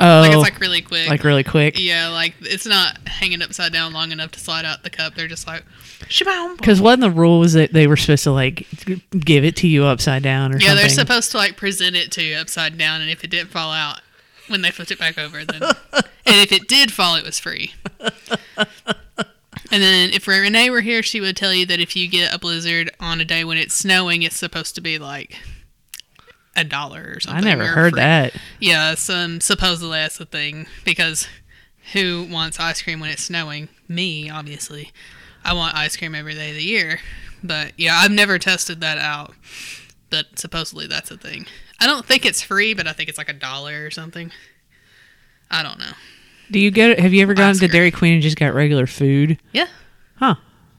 [SPEAKER 2] Oh,
[SPEAKER 1] Like
[SPEAKER 2] like,
[SPEAKER 1] it's like really quick.
[SPEAKER 2] really quick.
[SPEAKER 1] yeah, like it's not hanging upside down long enough to slide out the cup. They're just like, shaboom.
[SPEAKER 2] Because wasn't the rule was that they were supposed to like g- give it to you upside down or
[SPEAKER 1] Yeah, they're
[SPEAKER 2] something?
[SPEAKER 1] supposed to like present it to you upside down, and if it didn't fall out when they flipped it back over,
[SPEAKER 2] [laughs]
[SPEAKER 1] then and if it did fall, it was free. And then if Renee were here, she would tell you that if you get a blizzard on a day when it's snowing, it's supposed to be like a dollar or
[SPEAKER 2] I
[SPEAKER 1] something.
[SPEAKER 2] never
[SPEAKER 1] or
[SPEAKER 2] heard
[SPEAKER 1] free.
[SPEAKER 2] that.
[SPEAKER 1] Yeah, some supposedly that's the thing because who wants ice cream when it's snowing? Me, obviously. I want ice cream every day of the year, but yeah, I've never tested that out. But supposedly that's a thing. I don't think it's free, but I think it's like a dollar or something. I don't know.
[SPEAKER 2] Do you get? Have you ever gone
[SPEAKER 1] Ice
[SPEAKER 2] to
[SPEAKER 1] cream.
[SPEAKER 2] Dairy Queen and just got regular food?
[SPEAKER 1] Yeah,
[SPEAKER 2] Huh?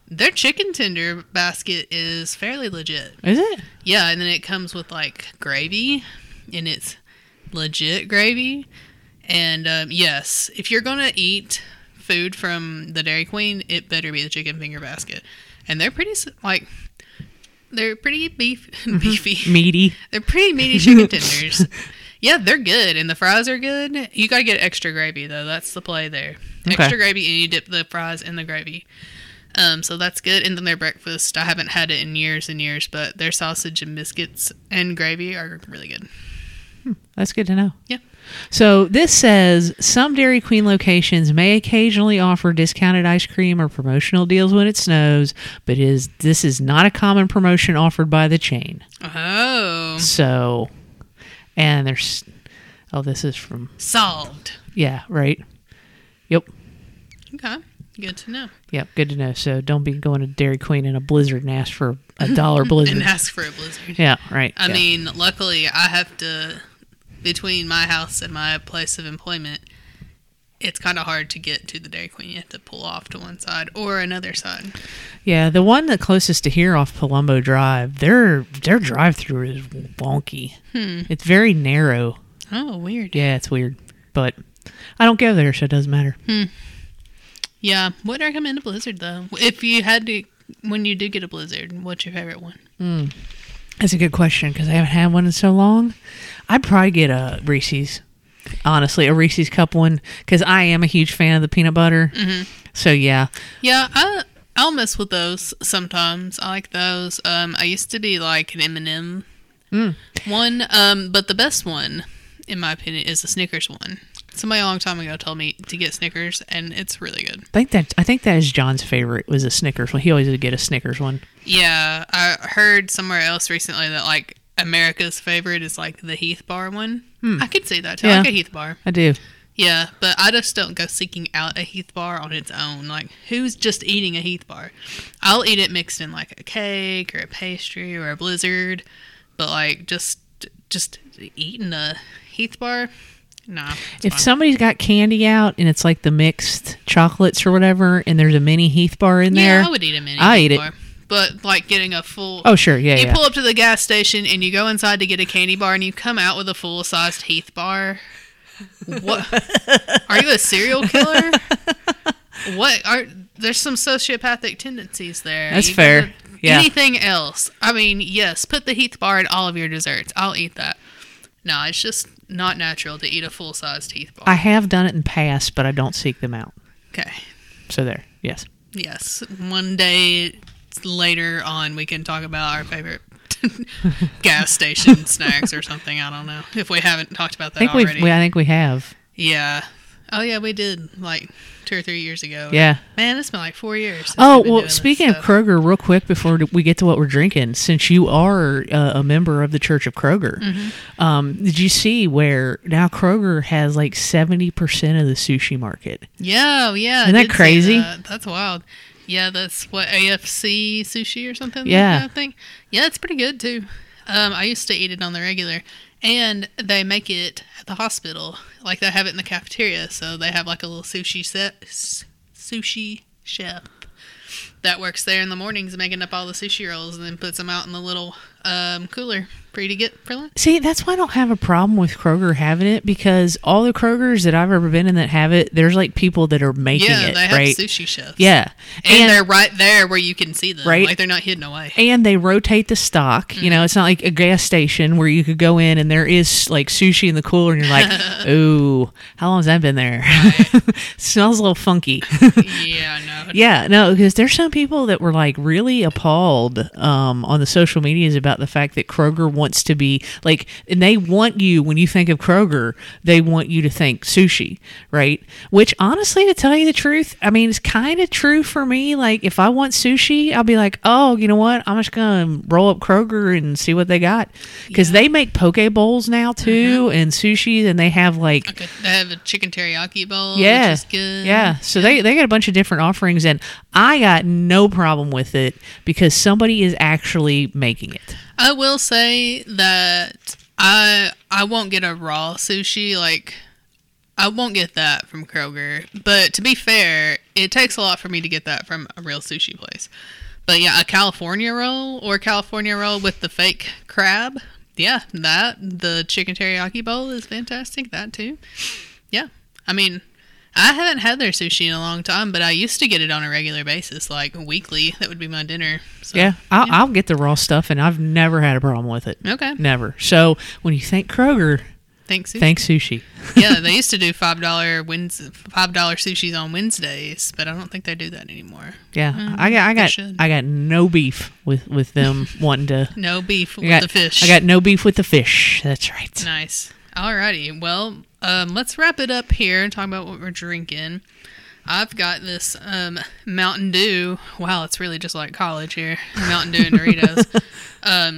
[SPEAKER 1] their chicken tender basket is fairly legit.
[SPEAKER 2] Is it?
[SPEAKER 1] Yeah, and then it comes with like gravy, and it's legit gravy. And um, yes, if you're gonna eat food from the Dairy Queen, it better be the chicken finger basket. And they're pretty s- like they're pretty beef [laughs] beefy.
[SPEAKER 2] Meaty. [laughs]
[SPEAKER 1] They're pretty meaty chicken tenders. Yeah, they're good, and the fries are good. You gotta get extra gravy though. That's the play there.
[SPEAKER 2] Okay.
[SPEAKER 1] Extra gravy, and you dip the fries in the gravy. Um, so that's good. And then their breakfast, I haven't had it in years and years, but their sausage and biscuits and gravy are really good.
[SPEAKER 2] That's good to know.
[SPEAKER 1] Yeah.
[SPEAKER 2] So this says some Dairy Queen locations may occasionally offer discounted ice cream or promotional deals when it snows, but is this is not a common promotion offered by the chain.
[SPEAKER 1] Oh,
[SPEAKER 2] So, and there's oh, this is from
[SPEAKER 1] solved.
[SPEAKER 2] yeah, right. Yep,
[SPEAKER 1] Okay, good to know.
[SPEAKER 2] yep. Good to know. So don't be going to Dairy Queen in a blizzard and ask for a
[SPEAKER 1] [laughs]
[SPEAKER 2] dollar blizzard.
[SPEAKER 1] Didn't ask for a blizzard.
[SPEAKER 2] yeah, right.
[SPEAKER 1] I
[SPEAKER 2] yeah.
[SPEAKER 1] mean, luckily, I have to between my house and my place of employment. It's kind of hard to get to the Dairy Queen. You have to pull off to one side or another side.
[SPEAKER 2] yeah, the one that closest to here off Palumbo Drive, their their drive through is wonky.
[SPEAKER 1] Hmm.
[SPEAKER 2] It's very narrow.
[SPEAKER 1] Oh, weird.
[SPEAKER 2] Yeah, it's weird, but I don't go there, so it doesn't matter.
[SPEAKER 1] Hmm. Yeah, wouldn't recommend a blizzard though. If you had to, when you do get a blizzard, what's your favorite one?
[SPEAKER 2] That's a good question because I haven't had one in so long. I'd probably get a Reese's, honestly, a Reese's cup one because I am a huge fan of the peanut butter.
[SPEAKER 1] Mm-hmm.
[SPEAKER 2] So yeah,
[SPEAKER 1] Yeah, I I'll mess with those sometimes. I like those. Um, I used to be like an M and m one. Um, but the best one, in my opinion, is the Snickers one. Somebody a long time ago told me to get Snickers, and it's really good.
[SPEAKER 2] I think that I think that is John's favorite was a Snickers one. He always would get a Snickers one.
[SPEAKER 1] Yeah, I heard somewhere else recently that like America's favorite is like the Heath Bar one. I could see that too. I
[SPEAKER 2] Yeah.
[SPEAKER 1] Like a Heath Bar.
[SPEAKER 2] I do.
[SPEAKER 1] Yeah, but I just don't go seeking out a Heath bar on its own. Like, who's just eating a Heath bar? I'll eat it mixed in like a cake or a pastry or a blizzard, but like just just eating a Heath bar, nah. it's
[SPEAKER 2] If
[SPEAKER 1] fine.
[SPEAKER 2] somebody's got candy out and it's like the mixed chocolates or whatever, and there's a mini Heath bar in
[SPEAKER 1] yeah,
[SPEAKER 2] there,
[SPEAKER 1] I would eat a mini.
[SPEAKER 2] I
[SPEAKER 1] Heath
[SPEAKER 2] eat it.
[SPEAKER 1] bar. but like getting a full.
[SPEAKER 2] oh sure, yeah,
[SPEAKER 1] you
[SPEAKER 2] yeah.
[SPEAKER 1] pull up to the gas station and you go inside to get a candy bar and you come out with a full sized Heath bar. What
[SPEAKER 2] [laughs]
[SPEAKER 1] are you a serial killer? What are there's some sociopathic tendencies there.
[SPEAKER 2] That's
[SPEAKER 1] You
[SPEAKER 2] fair.
[SPEAKER 1] gotta-
[SPEAKER 2] Yeah.
[SPEAKER 1] Anything else? I mean, yes, put the Heath bar in all of your desserts. I'll eat that. No, it's just not natural to eat a full sized Heath bar.
[SPEAKER 2] I have done it in the past, but I don't seek them out.
[SPEAKER 1] okay.
[SPEAKER 2] So there, yes.
[SPEAKER 1] Yes. One day later on, we can talk about our favorite [laughs] gas
[SPEAKER 2] [laughs]
[SPEAKER 1] station snacks or something. I don't know if we haven't talked about that
[SPEAKER 2] I think
[SPEAKER 1] already.
[SPEAKER 2] we've, we, I think we have.
[SPEAKER 1] yeah. Oh yeah, we did like two or three years ago.
[SPEAKER 2] Yeah.
[SPEAKER 1] Man, it's been like four years. since we've
[SPEAKER 2] Oh
[SPEAKER 1] been doing
[SPEAKER 2] well,
[SPEAKER 1] this
[SPEAKER 2] speaking of
[SPEAKER 1] stuff.
[SPEAKER 2] Kroger, real quick before we get to what we're drinking, since you are uh, a member of the Church of Kroger,
[SPEAKER 1] Mm-hmm.
[SPEAKER 2] um, did you see where now Kroger has like seventy percent of the sushi market?
[SPEAKER 1] yeah, yeah. I
[SPEAKER 2] Isn't that
[SPEAKER 1] did see
[SPEAKER 2] crazy?
[SPEAKER 1] that. That's wild. Yeah, that's what AFC sushi or something. like
[SPEAKER 2] Yeah.
[SPEAKER 1] that, I think. Yeah, it's pretty good too. Um, I used to eat it on the regular, and they make it at the hospital. Like they have it in the cafeteria, so they have like a little sushi set, s- sushi chef that works there in the mornings, making up all the sushi rolls, and then puts them out in the little um, cooler for you to get for lunch.
[SPEAKER 2] See, that's why I don't have a problem with Kroger having it because all the Krogers that I've ever been in that have it, there's like people that are making
[SPEAKER 1] Yeah,
[SPEAKER 2] it,
[SPEAKER 1] they have
[SPEAKER 2] right?
[SPEAKER 1] sushi chefs.
[SPEAKER 2] Yeah,
[SPEAKER 1] And, they're right there where you can see them.
[SPEAKER 2] Right.
[SPEAKER 1] Like they're not hidden away.
[SPEAKER 2] and they rotate the stock. You
[SPEAKER 1] Mm-hmm.
[SPEAKER 2] know, it's not like a gas station where you could go in and there is like sushi in the cooler, and
[SPEAKER 1] [laughs]
[SPEAKER 2] you're like, "Ooh, how long has that been there?" [laughs] Smells a little funky.
[SPEAKER 1] yeah, no.
[SPEAKER 2] yeah, no, because there's some people that were like really appalled um, on the social medias about the fact that Kroger wants to be like, and they want you when you think of Kroger, they want you to think sushi, right? Which honestly, to tell you the truth, I mean, it's kind of true for me. Like, if I want sushi, I'll be like, oh, you know what? I'm just gonna roll up Kroger and see what they got because they make poke bowls now too and sushi, and they have like
[SPEAKER 1] Okay. They have a chicken teriyaki bowl,
[SPEAKER 2] yeah.
[SPEAKER 1] which is good.
[SPEAKER 2] Yeah. So they, they got a bunch of different offerings and I got no problem with it because somebody is actually making it.
[SPEAKER 1] I will say that I I won't get a raw sushi like I won't get that from Kroger. But to be fair, it takes a lot for me to get that from a real sushi place. But yeah, a California roll or California roll with the fake crab. Yeah, that the chicken teriyaki bowl is fantastic. That too. Yeah. I mean, I haven't had their sushi in a long time, but I used to get it on a regular basis, like weekly. That would be my dinner. So,
[SPEAKER 2] yeah. I'll, I'll get the raw stuff and I've never had a problem with it.
[SPEAKER 1] Okay.
[SPEAKER 2] Never. So when you think Kroger,
[SPEAKER 1] Thanks. Sushi.
[SPEAKER 2] Thanks, sushi.
[SPEAKER 1] yeah, they used to do five dollar wins, five dollar sushis on Wednesdays, but I don't think they do that anymore.
[SPEAKER 2] Yeah, I got, I
[SPEAKER 1] Mm,
[SPEAKER 2] got,
[SPEAKER 1] should.
[SPEAKER 2] I got no beef with
[SPEAKER 1] [laughs]
[SPEAKER 2] with them wanting to.
[SPEAKER 1] No beef
[SPEAKER 2] I
[SPEAKER 1] with
[SPEAKER 2] got
[SPEAKER 1] the fish.
[SPEAKER 2] I got no beef with the fish. That's right.
[SPEAKER 1] Nice. Alrighty. Well, um, let's wrap it up here and talk about what we're drinking. I've got this um, Mountain Dew. Wow, it's really just like college here. Mountain Dew and Doritos.
[SPEAKER 2] [laughs]
[SPEAKER 1] um,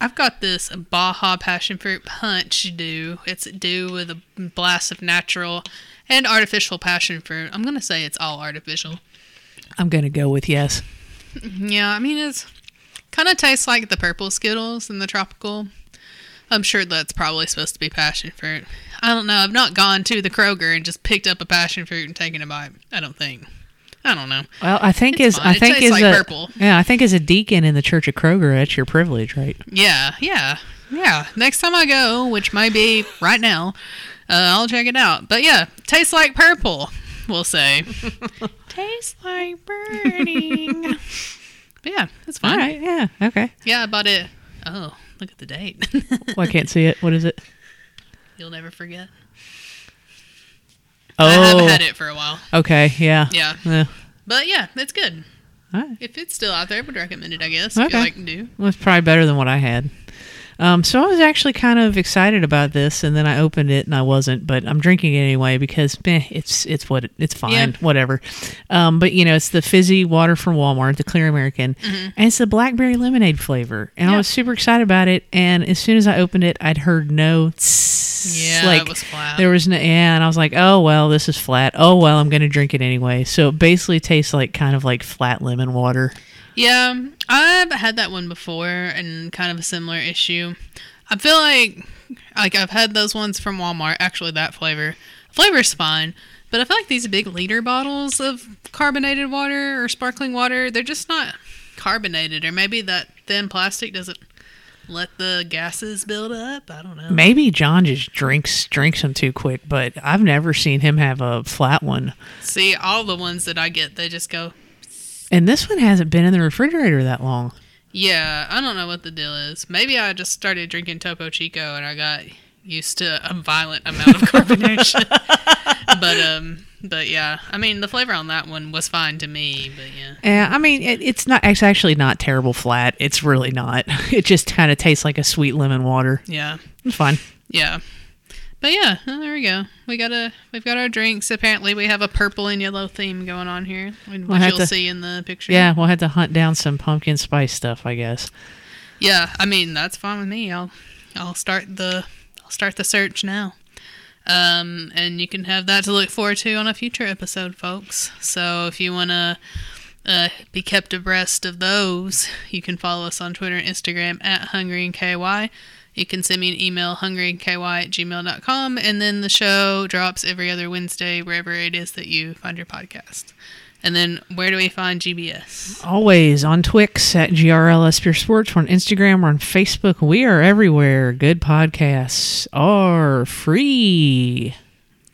[SPEAKER 1] I've got this Baja Passion Fruit Punch Dew. It's Dew with a blast of natural and artificial passion fruit. I'm gonna say it's all artificial.
[SPEAKER 2] I'm gonna go with yes.
[SPEAKER 1] Yeah, I mean it's kind of tastes like the purple Skittles and the tropical. I'm sure that's probably supposed to be passion fruit. I don't know. I've not gone to the Kroger and just picked up a passion fruit and taken a bite. I don't think. I don't know.
[SPEAKER 2] Well, I think
[SPEAKER 1] It's
[SPEAKER 2] is
[SPEAKER 1] fine.
[SPEAKER 2] I
[SPEAKER 1] It
[SPEAKER 2] think
[SPEAKER 1] tastes
[SPEAKER 2] is
[SPEAKER 1] like
[SPEAKER 2] a
[SPEAKER 1] purple.
[SPEAKER 2] yeah I think as a deacon in the Church of Kroger, that's your privilege, right?
[SPEAKER 1] Yeah, yeah, yeah. Next time I go, which may be right now, uh, I'll check it out. But yeah, tastes like purple. We'll say. tastes like burning. but yeah, it's fine.
[SPEAKER 2] [laughs] All right, yeah, okay.
[SPEAKER 1] Yeah, I bought it. Oh, look at the date.
[SPEAKER 2] Well, I can't see it. What is it?
[SPEAKER 1] [laughs] You'll never forget.
[SPEAKER 2] Oh,
[SPEAKER 1] I haven't had it for a while.
[SPEAKER 2] okay, yeah,
[SPEAKER 1] Yeah.
[SPEAKER 2] yeah.
[SPEAKER 1] But yeah, it's good.
[SPEAKER 2] All right.
[SPEAKER 1] If it's still out there, I would recommend it, I guess. If
[SPEAKER 2] Okay.
[SPEAKER 1] you like do.
[SPEAKER 2] Well, it's probably better than what I had. Um, so I was actually kind of excited about this, and then I opened it and I wasn't, but I'm drinking it anyway because meh, it's it's what it, it's fine,
[SPEAKER 1] Yeah.
[SPEAKER 2] whatever. Um, but you know, it's the fizzy water from Walmart, the Clear American, and it's the blackberry lemonade flavor, and I
[SPEAKER 1] Mm-hmm. Yeah.
[SPEAKER 2] was super excited about it. And as soon as I opened it, I'd heard no. tss,
[SPEAKER 1] Yeah, it was flat.
[SPEAKER 2] There was no, yeah, and I was like, oh well, this is flat. Oh well, I'm gonna drink it anyway. So it basically tastes like kind of like flat lemon water.
[SPEAKER 1] Yeah, I've had that one before and kind of a similar issue. I feel like like I've had those ones from Walmart, actually that flavor. Flavor's fine, but I feel like these big liter bottles of carbonated water or sparkling water, they're just not carbonated or maybe that thin plastic doesn't let the gases build up. I don't know.
[SPEAKER 2] Maybe John just drinks drinks them too quick, but I've never seen him have a flat one.
[SPEAKER 1] See, all the ones that I get, they just go,
[SPEAKER 2] And this one hasn't been in the refrigerator that long.
[SPEAKER 1] Yeah, I don't know what the deal is. Maybe I just started drinking Topo Chico and I got used to a violent amount of
[SPEAKER 2] [laughs]
[SPEAKER 1] carbonation. but um but yeah, I mean the flavor on that one was fine to me, but yeah.
[SPEAKER 2] Yeah, I mean it, it's not. It's actually not terrible flat. It's really not. [laughs] It just kind of tastes like a sweet lemon water.
[SPEAKER 1] Yeah.
[SPEAKER 2] It's fine.
[SPEAKER 1] Yeah. But yeah, well, there we go. We got a we've got our drinks. Apparently we have a purple and yellow theme going on here, which
[SPEAKER 2] have
[SPEAKER 1] you'll
[SPEAKER 2] to-
[SPEAKER 1] see in the picture.
[SPEAKER 2] Yeah, we'll have to hunt down some pumpkin spice stuff, I guess.
[SPEAKER 1] Yeah, I mean that's fine with me. I'll I'll start the I'll start the search now. Um, and you can have that to look forward to on a future episode, folks. So if you want to uh, be kept abreast of those, you can follow us on Twitter and Instagram at HungryandKY. You can send me an email, hungryandky at gmail.com. And then the show drops every other Wednesday, wherever it is that you find your podcast. And then where do we find GBS?
[SPEAKER 2] Always on Twix at GRLS Pure Sports. We're on Instagram. We're on Facebook. We are everywhere. Good podcasts are free.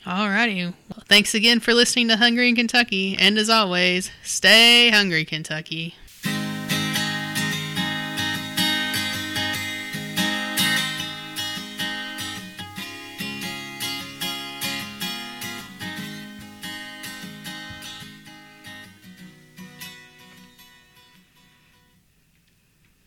[SPEAKER 1] Alrighty. Well, thanks again for listening to Hungry in Kentucky. And as always, stay hungry, Kentucky.